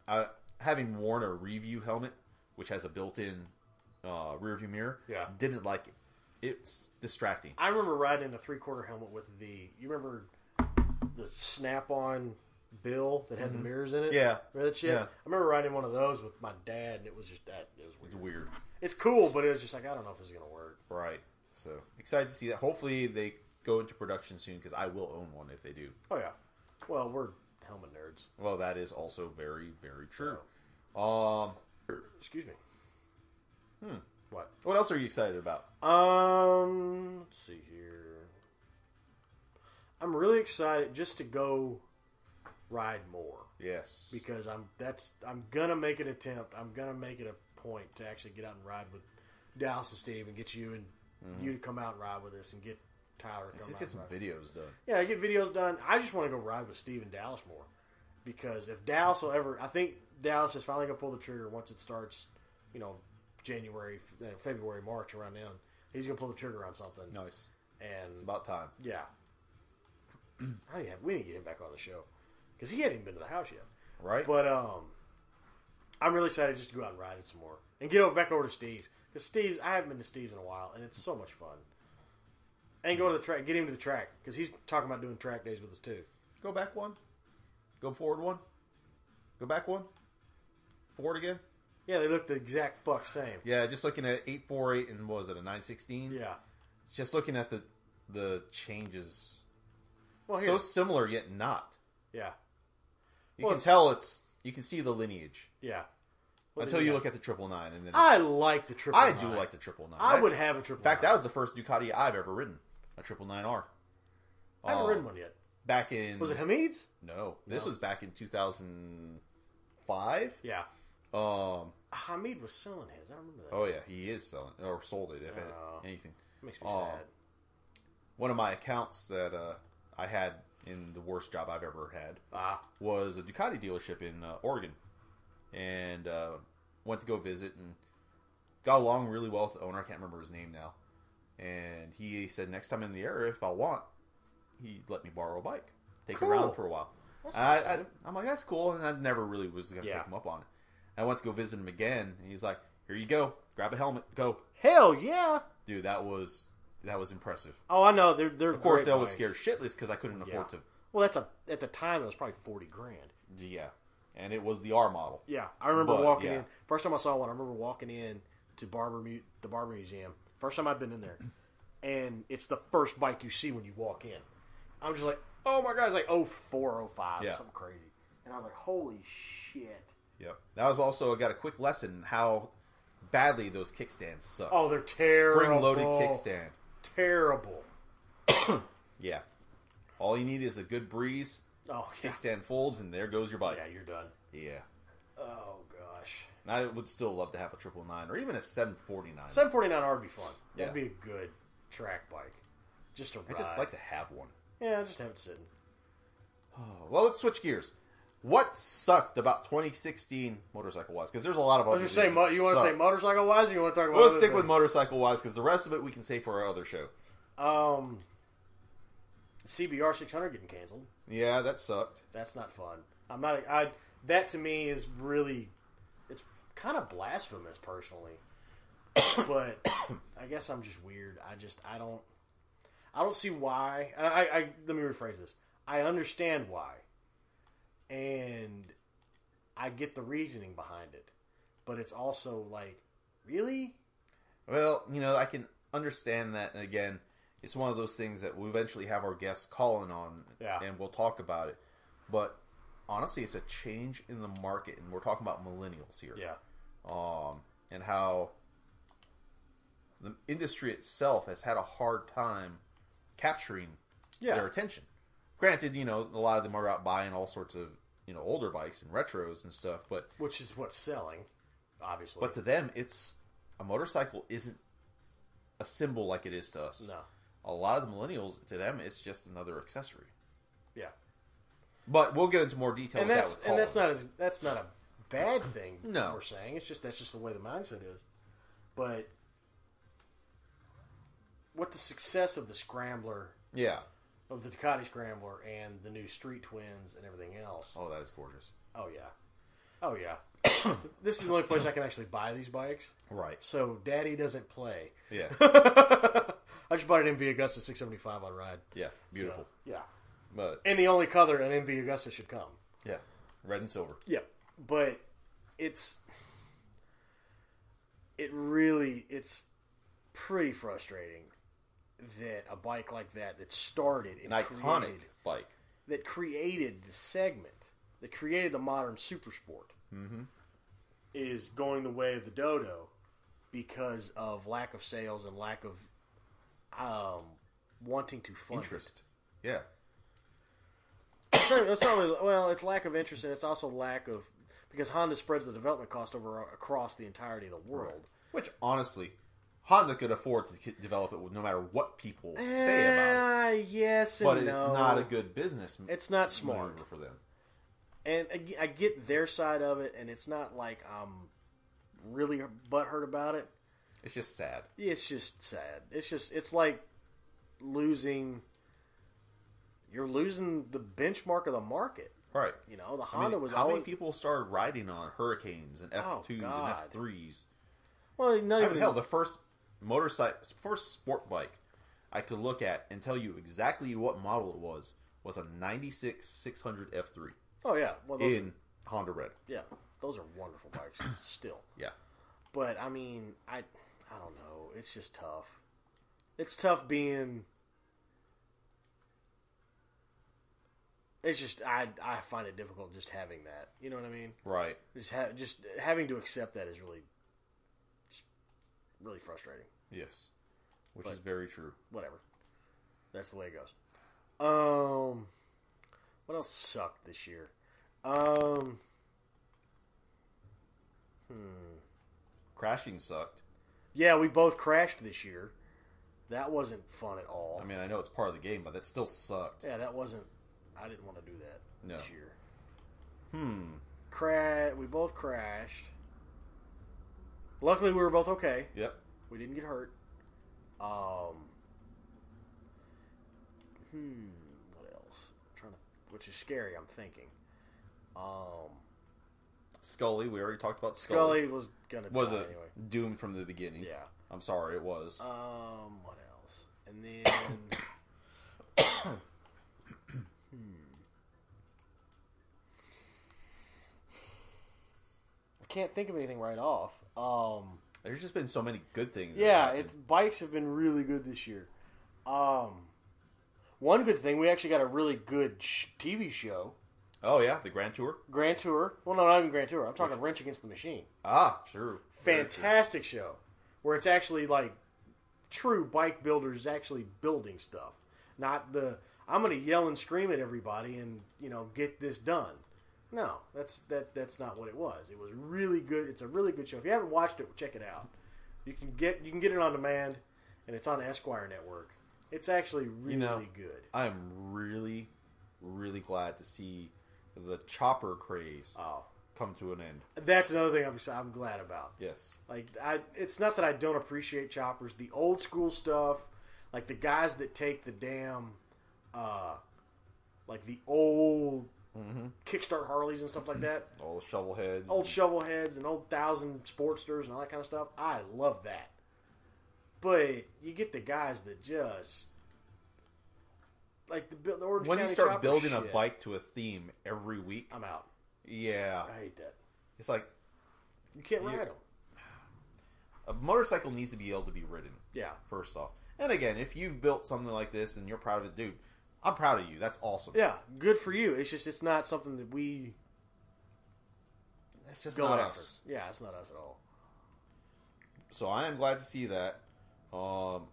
S1: I, Uh, having worn a review helmet, which has a built-in uh, rear view mirror,
S2: Yeah.
S1: didn't like it. It's distracting.
S2: I remember riding a three quarter helmet with the. You remember the snap on bill that had the mirrors in it?
S1: Yeah.
S2: Remember that shit?
S1: Yeah.
S2: I remember riding one of those with my dad, and it was just that. It was
S1: It's
S2: weird.
S1: weird.
S2: It's cool, but it was just like, I don't know if it's going to work.
S1: Right. So excited to see that. Hopefully they go into production soon because I will own one if they do.
S2: Oh, yeah. Well, we're helmet nerds.
S1: Well, that is also very, very true. Um,
S2: Excuse me. Hmm. What?
S1: what else are you excited about?
S2: Um, let's see here. I'm really excited just to go ride more
S1: Yes.
S2: because I'm that's I'm gonna make an attempt. I'm gonna make it a point to actually get out and ride with Dallas and Steve and get you and you to come out and ride with us and get Tyler.
S1: Mm-hmm.
S2: To
S1: Let's
S2: come
S1: just
S2: out
S1: get
S2: and
S1: some
S2: ride.
S1: videos done.
S2: Yeah, get videos done. I just want to go ride with Steve and Dallas more because if Dallas will ever, I think Dallas is finally gonna pull the trigger once it starts. You know, January, uh, February, March around then. He's gonna pull the trigger on something.
S1: Nice.
S2: And
S1: It's about time.
S2: yeah, I didn't have, we need to get him back on the show because he hadn't even been to the house yet.
S1: Right.
S2: But um, I'm really excited just to go out and ride it some more and get over back over to Steve's because Steve's I haven't been to Steve's in a while and it's so much fun. And go to the track, get him to the track because he's talking about doing track days with us too.
S1: go back one. Go forward one. Go back one. Forward again.
S2: Yeah, they look the exact fuck same.
S1: Yeah, just looking at eight four eight and what was it a nine sixteen?
S2: Yeah.
S1: Just looking at the the changes.
S2: Well, here,
S1: So similar yet not.
S2: yeah,
S1: You
S2: Well,
S1: can
S2: it's-
S1: tell it's you can see the lineage
S2: yeah.
S1: until you look at the triple nine and then
S2: I like the triple.
S1: I do
S2: nine.
S1: like the triple nine.
S2: I would have a triple.
S1: In fact, that was the first Ducati I've ever ridden, a triple nine R.
S2: I haven't ridden one yet.
S1: Back in
S2: Was it Hamid's?
S1: No, this
S2: No.
S1: was back in two thousand five.
S2: Yeah.
S1: Um.
S2: Hamid was selling his. I remember that.
S1: Oh yeah, he is selling or sold it if
S2: Oh.
S1: anything.
S2: Makes me
S1: Oh.
S2: sad.
S1: One of my accounts that uh, I had in the worst job I've ever had
S2: Ah,
S1: was a Ducati dealership in uh, Oregon, and uh, went to go visit and got along really well with the owner. I can't remember his name now, and he said next time in the area, if I want, he would let me borrow a bike, take
S2: Cool.
S1: it around for a while.
S2: That's
S1: And I, I,
S2: exciting.
S1: I'm like, that's cool, and I never really was going to
S2: Yeah.
S1: take him up on it. I went to go visit him again, and he's like, "Here you go, grab a helmet, go,
S2: hell yeah.
S1: dude." That was that was impressive.
S2: Oh, I know. They're they're
S1: Of course,
S2: great
S1: I was
S2: bikes.
S1: scared shitless because I couldn't afford to.
S2: Yeah. Well, that's a at the time it was probably forty grand.
S1: Yeah, and it was the R model.
S2: Yeah, I remember
S1: But,
S2: walking
S1: yeah.
S2: in. First time I saw one, I remember walking in to Barber Mu- the Barber Museum. First time I'd been in there, and it's the first bike you see when you walk in. I'm just like, oh my god, it's like oh four oh five
S1: Yeah.
S2: something crazy, and I was like, holy shit.
S1: Yep. That was also I got a quick lesson in how badly those kickstands suck.
S2: Oh, they're terrible.
S1: Spring-loaded kickstand.
S2: Terrible.
S1: Yeah. All you need is a good breeze,
S2: Oh yeah.
S1: kickstand folds, and there goes your bike.
S2: yeah, you're done.
S1: Yeah.
S2: Oh gosh.
S1: And I would still love to have a triple nine or even a seven forty nine.
S2: 749R would be fun. That'd
S1: Yeah.
S2: be a good track bike. Just a
S1: I
S2: ride.
S1: just like to have one.
S2: Yeah, I just have it sitting.
S1: Oh, well, let's switch gears. What sucked about 2016 motorcycle wise? Because there's a lot of
S2: I
S1: other.
S2: was just
S1: things
S2: saying, mo-
S1: that
S2: you want to say
S1: sucked.
S2: motorcycle wise, or you want to talk about?
S1: We'll
S2: other
S1: stick with
S2: things?
S1: motorcycle wise because the rest of it we can save for our other show.
S2: um, CBR 600 getting canceled.
S1: Yeah, that sucked.
S2: That's not fun. I'm not. I that to me is really, it's kind of blasphemous personally. but I guess I'm just weird. I just I don't, I don't see why. And I, I let me rephrase this. I understand why, and I get the reasoning behind it, but it's also like, really?
S1: Well, you know, I can understand that. And again, it's one of those things that we'll eventually have our guests calling on
S2: Yeah.
S1: and we'll talk about it. But honestly, it's a change in the market, and we're talking about millennials here
S2: Yeah.
S1: um, and how the industry itself has had a hard time capturing
S2: Yeah.
S1: their attention. Granted, you know, a lot of them are out buying all sorts of you know older bikes and retros and stuff, but
S2: Which is what's selling, obviously.
S1: but to them, it's a motorcycle isn't a symbol like it is to us.
S2: no.
S1: A lot of the millennials to them, it's just another accessory.
S2: Yeah.
S1: But we'll get into more detail.
S2: and
S1: with
S2: that's
S1: that with
S2: and that's
S1: Colin.
S2: not as, that's not a bad thing.
S1: No.
S2: we're saying it's just that's just the way the mindset is. But what the success of the scrambler
S1: yeah.
S2: of the Ducati scrambler and the new Street Twins and everything else?
S1: Oh, that is gorgeous.
S2: Oh yeah, oh yeah. this is the only place I can actually buy these bikes.
S1: Right.
S2: So Daddy doesn't play.
S1: Yeah.
S2: I just bought an MV Augusta 675 on ride.
S1: Yeah. Beautiful.
S2: So, yeah,
S1: But
S2: and the only color an MV Augusta should come.
S1: yeah, red and silver.
S2: Yeah, but it's it really it's pretty frustrating that a bike like that that started and
S1: an iconic
S2: created,
S1: bike.
S2: that created the segment that created the modern super sport
S1: Mm-hmm.
S2: is going the way of the dodo because of lack of sales and lack of um, wanting to fund it.
S1: Interest. Yeah.
S2: It's not, it's not really, well, it's lack of interest, and it's also lack of because Honda spreads the development cost over across the entirety of the world.
S1: Which honestly, Honda could afford to ki- develop it with no matter what people say about it.
S2: Ah, yes, and
S1: But it's
S2: no.
S1: not a good business. m-
S2: It's not smart.
S1: Eh, maneuver for them.
S2: And I g- I get their side of it, and it's not like I'm really butthurt about it.
S1: It's just sad.
S2: It's just sad. It's just it's like losing. You're losing the benchmark of the market.
S1: Right.
S2: You know, the
S1: I mean,
S2: Honda was
S1: how
S2: always
S1: many people started riding on Hurricanes and F twos and
S2: God.
S1: F threes?
S2: well, not
S1: I
S2: even
S1: mean, Oh, hell, the first motorcycle, first sport bike I could look at and tell you exactly what model it was was a '96 600 F three
S2: oh yeah, well those,
S1: in Honda Red.
S2: yeah, those are wonderful bikes still.
S1: Yeah.
S2: But I mean, I I don't know. It's just tough. It's tough being. It's just I I find it difficult just having that. You know what I mean?
S1: Right.
S2: Just ha- just having to accept that is really, it's really frustrating.
S1: Yes. Which
S2: But-
S1: is very true.
S2: Whatever. That's the way it goes. Um, what else sucked this year? Um, hmm.
S1: Crashing sucked.
S2: yeah, we both crashed this year. That wasn't fun at all.
S1: I mean, I know it's part of the game, but that still sucked.
S2: Yeah, that wasn't. I didn't want to do that
S1: No.
S2: this year.
S1: Hmm.
S2: Cra- we both crashed. Luckily, we were both okay.
S1: Yep.
S2: We didn't get hurt. Um. Hmm. What else? I'm trying to, which is scary. I'm thinking. Um.
S1: Scully, we already talked about Scully.
S2: Scully was gonna
S1: was
S2: die
S1: a
S2: anyway.
S1: doomed from the beginning.
S2: Yeah.
S1: I'm sorry, it was.
S2: Um. What else? And then. Hmm. I can't think of anything right off. Um.
S1: There's just been so many good things. that
S2: Yeah,
S1: happened.
S2: it's bikes have been really good this year. Um, one good thing we actually got a really good sh- TV show,
S1: Oh yeah, the Grand Tour.
S2: Grand Tour. Well, no, not even Grand Tour. I'm talking Wrench Against the Machine.
S1: Ah, true. Very
S2: Fantastic show, where it's actually like true bike builders actually building stuff, not the I'm going to yell and scream at everybody and you know get this done. No, that's that that's not what it was. It was really good. It's a really good show. If you haven't watched it, check it out. You can get you can get it on demand, and it's on Esquire Network. It's actually really
S1: know,
S2: good.
S1: Cool. I am really, really glad to see the chopper craze
S2: Oh,
S1: come to an end.
S2: that's another thing I'm I'm glad about.
S1: Yes.
S2: Like I, it's not that I don't appreciate choppers. The old school stuff, like the guys that take the damn, uh, like the old
S1: Mm-hmm.
S2: kickstart Harleys and stuff like that,
S1: All the shovel heads.
S2: old shovel heads and old thousand Sportsters and all that kind of stuff. I love that. But you get the guys that just like the, bu- the Orange
S1: when you
S2: County
S1: start
S2: Chopper
S1: building a
S2: shit, Um,
S1: bike to a theme every week,
S2: I'm out.
S1: yeah,
S2: I hate that.
S1: it's like
S2: You can't
S1: Yeah.
S2: ride them.
S1: a motorcycle needs to be able to be ridden.
S2: Yeah,
S1: first off. And again, if you've built something like this and you're proud of it, dude, I'm proud of you. That's awesome.
S2: Yeah, good for you. It's just it's not something that we
S1: That's just
S2: go
S1: not
S2: after.
S1: us.
S2: Yeah, it's not us at all.
S1: So I am glad to see that. Um,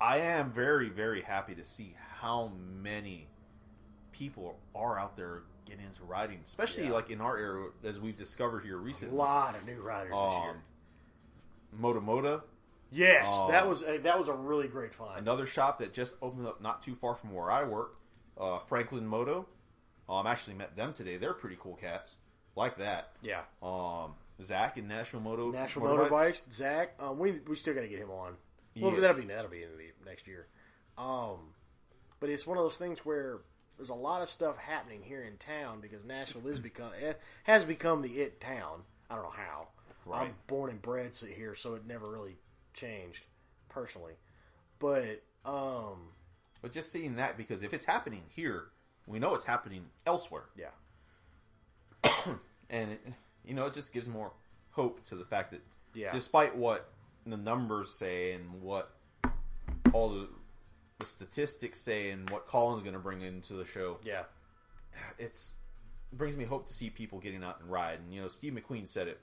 S1: I am very, very happy to see how many people are out there getting into riding, especially
S2: Yeah.
S1: like in our era, as we've discovered here
S2: A
S1: recently.
S2: lot of new riders this year.
S1: Um, Moto Moto,
S2: Yes,
S1: um,
S2: that was a, that was a really great find.
S1: another shop that just opened up not too far from where I work, uh, Franklin Moto. Um, actually met them today. They're pretty cool cats, like that.
S2: Yeah,
S1: Um, Zach and National Moto,
S2: National
S1: Motorbikes.
S2: Motorbikes, Zach. Um, we we still got to get him on. Well,
S1: Yes.
S2: that'll be that'll be in the next year. Um, but it's one of those things where there's a lot of stuff happening here in town because Nashville is become eh, has become the it town. I don't know how. I'm
S1: Right.
S2: born and bred si- here, so it never really changed personally. But um,
S1: But just seeing that because if it's happening here, we know it's happening elsewhere,
S2: yeah,
S1: and it, you know it just gives more hope to the fact that,
S2: Yeah.
S1: despite what the numbers say and what all the, the statistics say and what Colin's going to bring into the show,
S2: yeah,
S1: it's it brings me hope to see people getting out and ride. And you know, Steve McQueen said it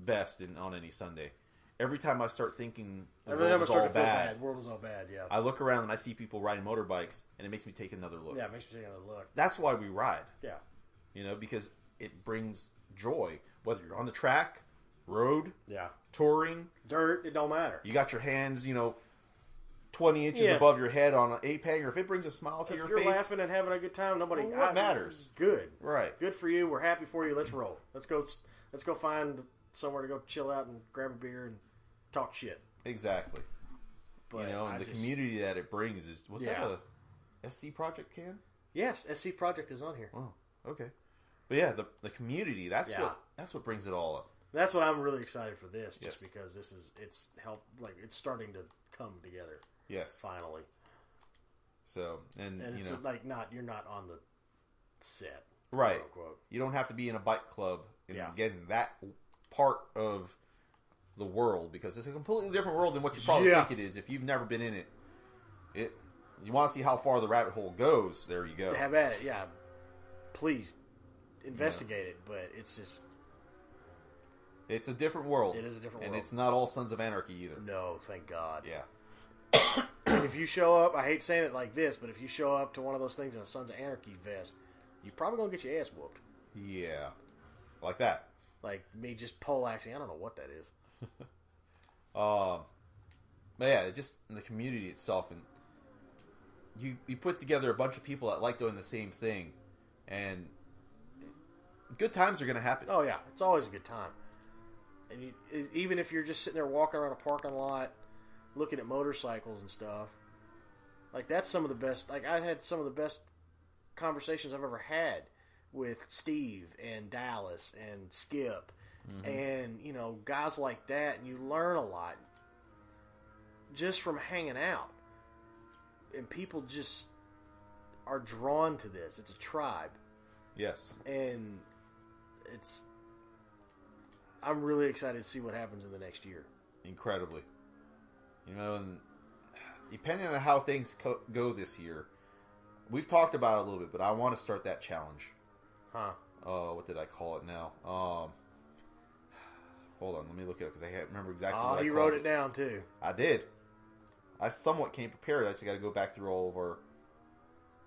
S1: best in on any Sunday. Every time I start thinking the
S2: every time
S1: world
S2: I
S1: is all
S2: started
S1: bad,
S2: to feel bad. world was all bad. Yeah,
S1: I look around and I see people riding motorbikes, and it makes me take another look.
S2: yeah, it makes me take another look.
S1: That's why we ride,
S2: Yeah,
S1: you know, because it brings joy. Whether you're on the track, road,
S2: yeah,
S1: touring,
S2: dirt. It don't matter.
S1: you got your hands, you know, twenty inches
S2: Yeah.
S1: above your head on an ape hanger. If it brings a smile to
S2: If
S1: your
S2: you're
S1: face,
S2: laughing and having a good time, nobody.
S1: Well, what
S2: I-
S1: matters?
S2: Good.
S1: right?
S2: Good for you. We're happy for you. Let's roll. Let's go. Let's go find somewhere to go chill out and grab a beer and talk shit.
S1: Exactly.
S2: But
S1: you know, and
S2: I
S1: the
S2: just-
S1: community that it brings is what's
S2: Yeah.
S1: that a SC project can?
S2: Yes, SC Project is on here.
S1: Oh, okay. But yeah, the the community that's
S2: Yeah.
S1: what that's what brings it all up.
S2: That's what I'm really excited for. This just
S1: Yes.
S2: because this is it's help like it's starting to come together
S1: Yes.
S2: finally,
S1: So and,
S2: and
S1: you
S2: it's
S1: know
S2: like not you're not on the set,
S1: right.
S2: Quote, unquote.
S1: You don't have to be in a bike club and
S2: Yeah.
S1: get in that part of the world because it's a completely different world than what you probably
S2: Yeah.
S1: think it is if you've never been in it. It you want to see how far the rabbit hole goes. There you go.
S2: Have at it. Yeah, please investigate it. But it's just
S1: It's a different world.
S2: It is a different
S1: and
S2: world.
S1: it's not all Sons of Anarchy either.
S2: no, thank God.
S1: Yeah.
S2: And if you show up, I hate saying it like this, but if you show up to one of those things in a Sons of Anarchy vest, you probably gonna get your ass whooped.
S1: Yeah. Like that.
S2: Like me just poleaxing. I don't know what that is.
S1: Um, but yeah, it just the community itself, and you you put together a bunch of people that like doing the same thing, and good times are gonna happen.
S2: Oh yeah, it's always a good time. And you, e- even if you're just sitting there walking around a parking lot, looking at motorcycles and stuff, like that's some of the best. Like I had some of the best conversations I've ever had with Steve and Dallas and Skip, and you know guys like that, and you learn a lot just from hanging out. And people just are drawn to this. It's a tribe
S1: Yes,
S2: and it's I'm really excited to see what happens in the next year.
S1: incredibly. You know, and depending on how things co- go this year, we've talked about it a little bit, but I want to start that challenge.
S2: Huh.
S1: Uh, what did I call it now? Um, hold on, let me look it up because I can't remember exactly.
S2: Oh,
S1: what
S2: he
S1: I
S2: wrote
S1: called
S2: it down too.
S1: I did. I somewhat came prepared. I just got to go back through all of our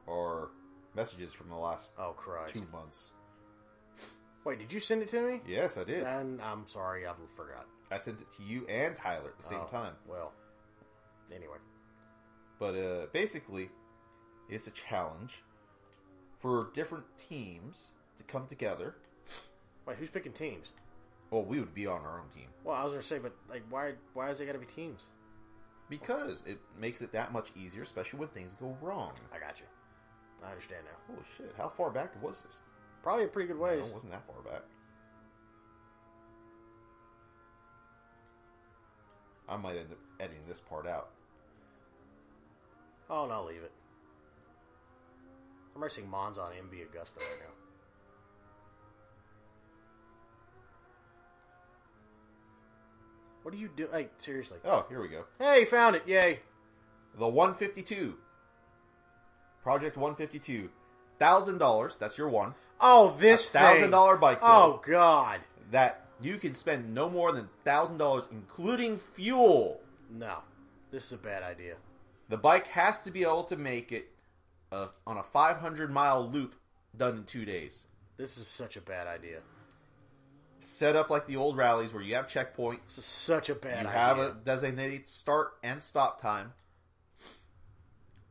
S1: our messages from the last
S2: Oh Christ.
S1: two months.
S2: Wait, did you send it to me?
S1: Yes, I did.
S2: And I'm sorry, I forgot.
S1: I sent it to you and Tyler at the same
S2: Oh,
S1: time.
S2: Well, anyway.
S1: But uh, basically, it's a challenge for different teams to come together.
S2: Wait, who's picking teams?
S1: Well, we would be on our own team
S2: Well, I was gonna say, but like, why? Why is it gotta be teams?
S1: because it makes it that much easier, especially when things go wrong.
S2: I got you. I understand now.
S1: Oh shit! How far back was this?
S2: Probably a pretty good
S1: No,
S2: ways.
S1: it wasn't that far back. I might end up editing this part out.
S2: Oh no, leave it. I'm racing Monza on MV Augusta right now. What are you doing? Like, seriously.
S1: Oh, here we go.
S2: Hey, found it. Yay.
S1: The 152. Project 152. $1,000. That's your one.
S2: Oh, this
S1: $1,000
S2: thing.
S1: bike build
S2: Oh, God.
S1: that you can spend no more than $1,000, including fuel.
S2: No. This is a bad idea.
S1: The bike has to be able to make it uh, on a 500 mile loop done in two days.
S2: This is such a bad idea.
S1: Set up like the old rallies where you have checkpoints,
S2: This is such a bad
S1: you
S2: idea.
S1: have a designated start and stop time.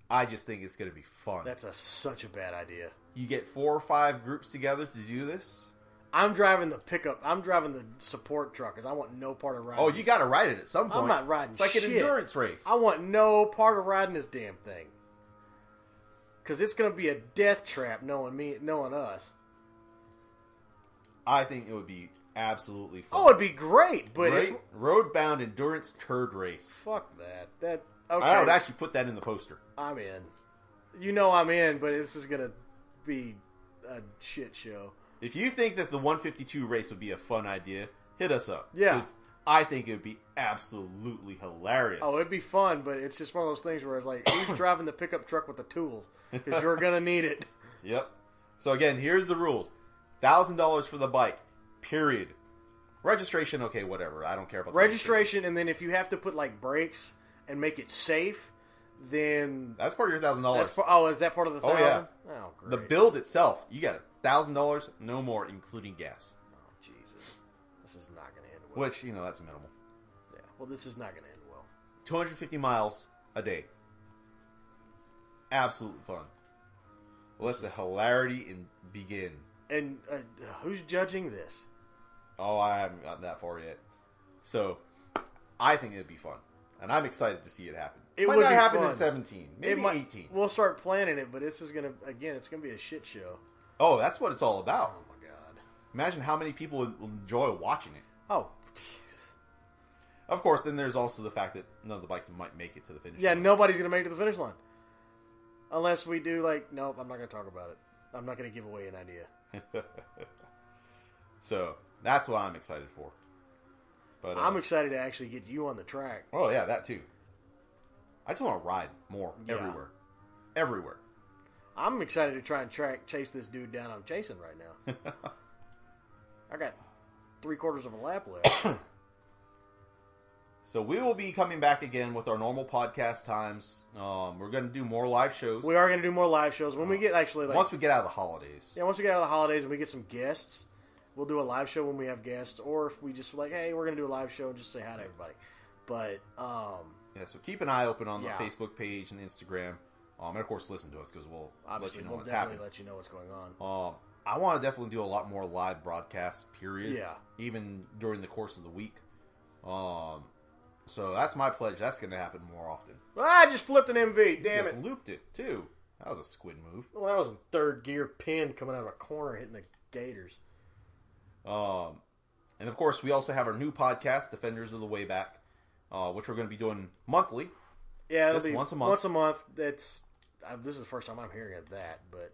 S1: I just think it's going to be fun.
S2: That's a such a bad idea.
S1: you get four or five groups together to do this.
S2: I'm driving the pickup. I'm driving the support truck because I want no part of riding.
S1: Oh, you
S2: this-
S1: got to ride it at some point.
S2: not riding
S1: It's like an
S2: shit.
S1: endurance race.
S2: I want no part of riding this damn thing. Cause it's gonna be a death trap, knowing me, knowing us.
S1: I think it would be absolutely fun.
S2: Oh, it'd be great, but
S1: Great
S2: it's
S1: roadbound endurance turd race.
S2: fuck that. That okay?
S1: I would actually put that in the poster.
S2: I'm in. You know I'm in, but this is gonna be a shit show.
S1: If you think that the 152 race would be a fun idea, hit us up.
S2: Yeah.
S1: 'Cause I think it would be absolutely hilarious.
S2: Oh, it'd be fun, but it's just one of those things where it's like, who's driving the pickup truck with the tools? Because you're gonna need it.
S1: Yep. So again, here's the rules: thousand dollars for the bike. Period. Registration, okay, whatever. I don't care about the
S2: registration and then if you have to put like brakes and make it safe then
S1: That's part of your thousand
S2: that's
S1: dollars.
S2: par- oh is that part of the
S1: Oh,
S2: thousand?
S1: yeah.
S2: oh great.
S1: The build itself, you got thousand dollars, no more, including gas.
S2: oh, jesus this is not gonna end well
S1: Which you know that's minimal.
S2: yeah. well this is not gonna end well
S1: 250 miles a day. Absolute fun. Let the hilarity in, begin.
S2: and uh, who's judging this
S1: Oh, I haven't gotten that far yet. So, I think it'd be fun, and I'm excited to see it happen.
S2: It
S1: might
S2: would
S1: not
S2: be
S1: happen
S2: fun.
S1: in 17,
S2: It
S1: maybe
S2: might-
S1: 18.
S2: we'll start planning it but this is gonna again it's gonna be a shit show
S1: Oh, that's what it's all
S2: oh
S1: about.
S2: my god
S1: Imagine how many people would would enjoy watching it.
S2: oh
S1: Of course, then there's also the fact that none of the bikes might make it to the finish.
S2: yeah
S1: line.
S2: nobody's gonna make it to the finish line unless we do like nope i'm not gonna talk about it i'm not gonna give away an idea
S1: So that's what I'm excited for. But uh,
S2: i'm excited to actually get you on the track
S1: Oh yeah, that too. I just want to ride more
S2: Yeah.
S1: everywhere, everywhere.
S2: I'm excited to try and track chase this dude down. I'm chasing right now. I got three quarters of a lap left.
S1: So we will be coming back again with our normal podcast times. Um, we're going to do more live shows
S2: we are going to do more live shows when we get actually like
S1: once we get out of the holidays.
S2: yeah once we get out of the holidays and we get some guests. We'll do a live show when we have guests, or if we just like, hey, we're going to do a live show and just say hi to everybody. But um,
S1: Yeah, so keep an eye open on the
S2: Yeah.
S1: Facebook page and Instagram, um, and of course listen to us because we'll let
S2: obviously,
S1: you know
S2: we'll
S1: what's
S2: definitely
S1: happening.
S2: let you know what's going on.
S1: Um, I want to definitely do a lot more live broadcasts. Period.
S2: Yeah.
S1: Even during the course of the week. Um, so that's my pledge. That's going to happen more often.
S2: Well, I just flipped an MV. Damn
S1: Just
S2: it!
S1: looped it too. That was a squid move.
S2: Well, that was in third gear pin coming out of a corner hitting the Gators.
S1: Um, and of course, we also have our new podcast, Defenders of the Way Back, uh, which we're going to be doing monthly.
S2: Yeah, it'll
S1: Just
S2: be
S1: once a month.
S2: Once a month. That's I, this is the first time I'm hearing of that, but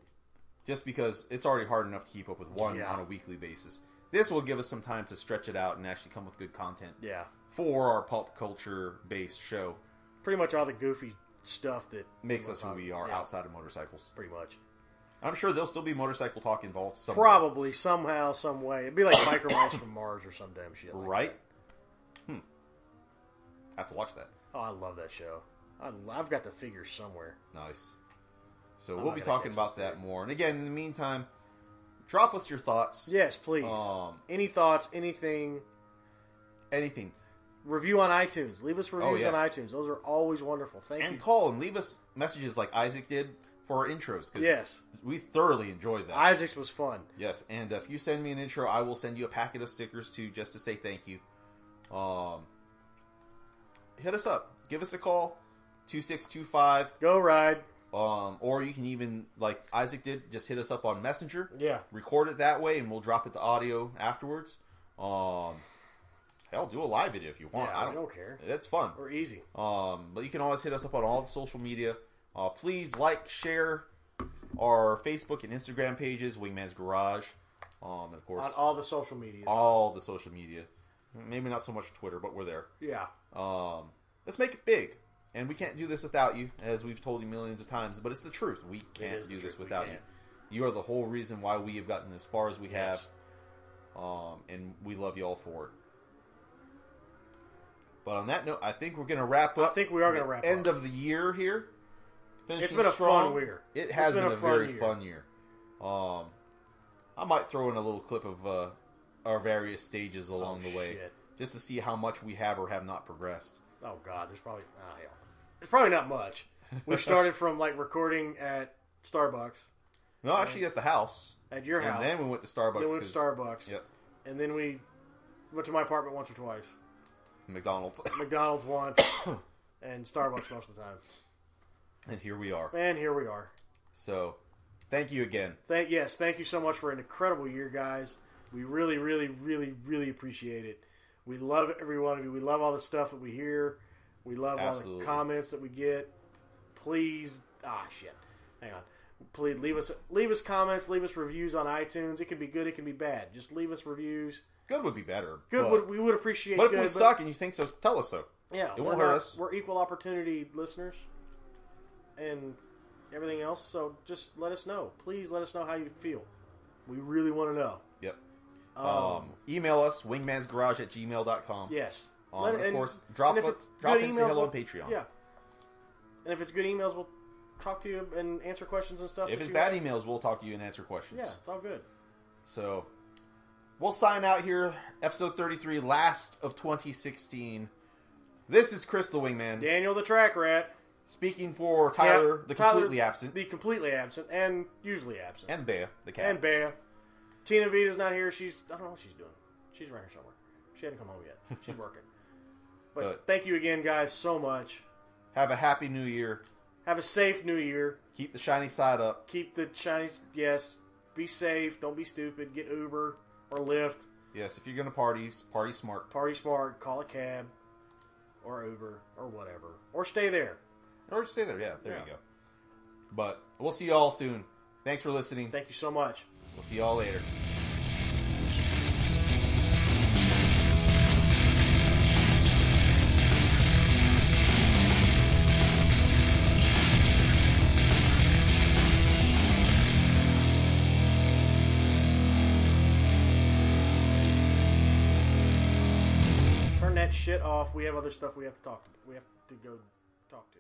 S1: just because it's already hard enough to keep up with one
S2: Yeah.
S1: on a weekly basis. This will give us some time to stretch it out and actually come with good content
S2: yeah,
S1: for our pop culture based show.
S2: pretty much all the goofy stuff that
S1: Makes
S2: we're
S1: us who
S2: talking-
S1: we are
S2: yeah,
S1: outside of motorcycles.
S2: Pretty much,
S1: I'm sure there'll still be motorcycle talk involved somewhere.
S2: probably somehow, some way. It'd be like Micromites from Mars or some damn shit. Like
S1: Right? Hmm. I have to watch that.
S2: that. Oh, I love that show. I, have got the figure somewhere.
S1: Nice. So
S2: I'm
S1: we'll
S2: not
S1: be
S2: gonna
S1: talking
S2: catch
S1: about
S2: this
S1: that
S2: thing.
S1: more. And again, in the meantime, drop us your thoughts.
S2: Yes, please.
S1: Um,
S2: Any thoughts? Anything?
S1: anything.
S2: Review on iTunes. Leave us reviews on
S1: Oh, yes.
S2: iTunes. Those are always wonderful. Thank
S1: And
S2: you.
S1: call and leave us messages like Isaac did for our intros because
S2: Yes,
S1: we thoroughly enjoyed that.
S2: Isaac's was fun.
S1: Yes, and if you send me an intro, I will send you a packet of stickers too, just to say thank you. Um, hit us up, give us a call, two six two five,
S2: Go ride.
S1: um, or you can even like Isaac did, just hit us up on Messenger.
S2: Yeah.
S1: Record it that way, and we'll drop it to audio afterwards. Um, hell, do a live video if you want.
S2: Yeah,
S1: I
S2: we
S1: don't.
S2: don't care.
S1: That's fun.
S2: We're easy.
S1: Um, but you can always hit us up on all the social media. Uh, please like, share our Facebook and Instagram pages, Wingman's Garage, um, and of course
S2: On all the social media.
S1: all the social media. Maybe not so much Twitter, but we're there.
S2: Yeah.
S1: Um, let's make it big. And we can't do this without you, as we've told you millions of times, but it's the truth. We can't
S2: is the
S1: do this
S2: truth. We
S1: without you.
S2: can't.
S1: You are the whole reason why we have gotten as far as we
S2: Yes.
S1: have. Um, and we love you all for it. But on that note, I think we're going to wrap up.
S2: I think we are gonna
S1: the
S2: wrap
S1: end
S2: up.
S1: of the year here.
S2: It's
S1: Finishing
S2: been a
S1: strong.
S2: fun year.
S1: It
S2: It's
S1: has
S2: been
S1: been,
S2: a
S1: a
S2: fun
S1: very
S2: year.
S1: fun year. Um, I might throw in a little clip of uh, our various stages along
S2: Oh,
S1: the way,
S2: shit.
S1: just to see how much we have or have not progressed.
S2: Oh God, there's probably ah, hell. there's probably not much. We started from like recording at Starbucks
S1: No, actually, at the house,
S2: at your
S1: and
S2: house.
S1: then we went to Starbucks.
S2: then we went to
S1: 'cause-
S2: Starbucks.
S1: Yep,
S2: And then we went to my apartment once or twice.
S1: McDonald's,
S2: McDonald's once and Starbucks most of the time.
S1: and here we are.
S2: And here we are.
S1: So, thank you again.
S2: Thank yes, thank you so much for an incredible year, guys. We really, really, really, really appreciate it. We love every one of you. We love all the stuff that we hear. We love all
S1: Absolutely.
S2: the comments that we get. Please, ah, shit, hang on. Please leave us leave us comments, leave us reviews on iTunes. It can be good, it can be bad. Just leave us reviews.
S1: Good would be better.
S2: Good,
S1: but,
S2: would we would appreciate.
S1: but if
S2: good,
S1: we suck and you think so, tell us so.
S2: yeah,
S1: it
S2: we're
S1: won't hurt
S2: not-
S1: us.
S2: We're equal opportunity listeners, and everything else. So just let us know. Please let us know how you feel. We really want to know.
S1: Yep.
S2: Um,
S1: Um, email us wingmansgarage at gmail.com.
S2: yes.
S1: Um,
S2: Let-
S1: and of course, drop
S2: if
S1: us-
S2: it's
S1: drop
S2: good
S1: in, say
S2: emails,
S1: hello
S2: we'll-
S1: on Patreon.
S2: Yeah. And if it's good emails, we'll talk to you and answer questions and stuff.
S1: If
S2: that
S1: it's
S2: you
S1: bad
S2: have.
S1: emails, we'll talk to you and answer questions.
S2: yeah, it's all good.
S1: So we'll sign out here. Episode 33, last of 2016. This is Chris the Wingman.
S2: Daniel the Track Rat,
S1: Speaking for Tyler,
S2: Ta-
S1: the
S2: Tyler,
S1: completely absent,
S2: the completely absent, and usually absent,
S1: and Bea, the cat.
S2: and Bea. Tina Vita's not here. She's I don't know what she's doing. She's right here somewhere. She hadn't come home yet. She's working. But,
S1: But-
S2: thank you again, guys, so much.
S1: Have a happy new year.
S2: Have a safe New Year.
S1: Keep the shiny side up.
S2: Keep the Chinese. Yes, be safe. Don't be stupid. Get Uber or Lyft.
S1: Yes, if you're going to party, party smart.
S2: Party smart, call a cab or Uber or whatever. Or stay there.
S1: Or stay there. Yeah, there you
S2: Yeah.
S1: go. But we'll see you all soon. Thanks for listening.
S2: Thank you so much.
S1: We'll see you all later.
S2: Turn that shit off. We have other stuff we have to talk to. We have to go talk to.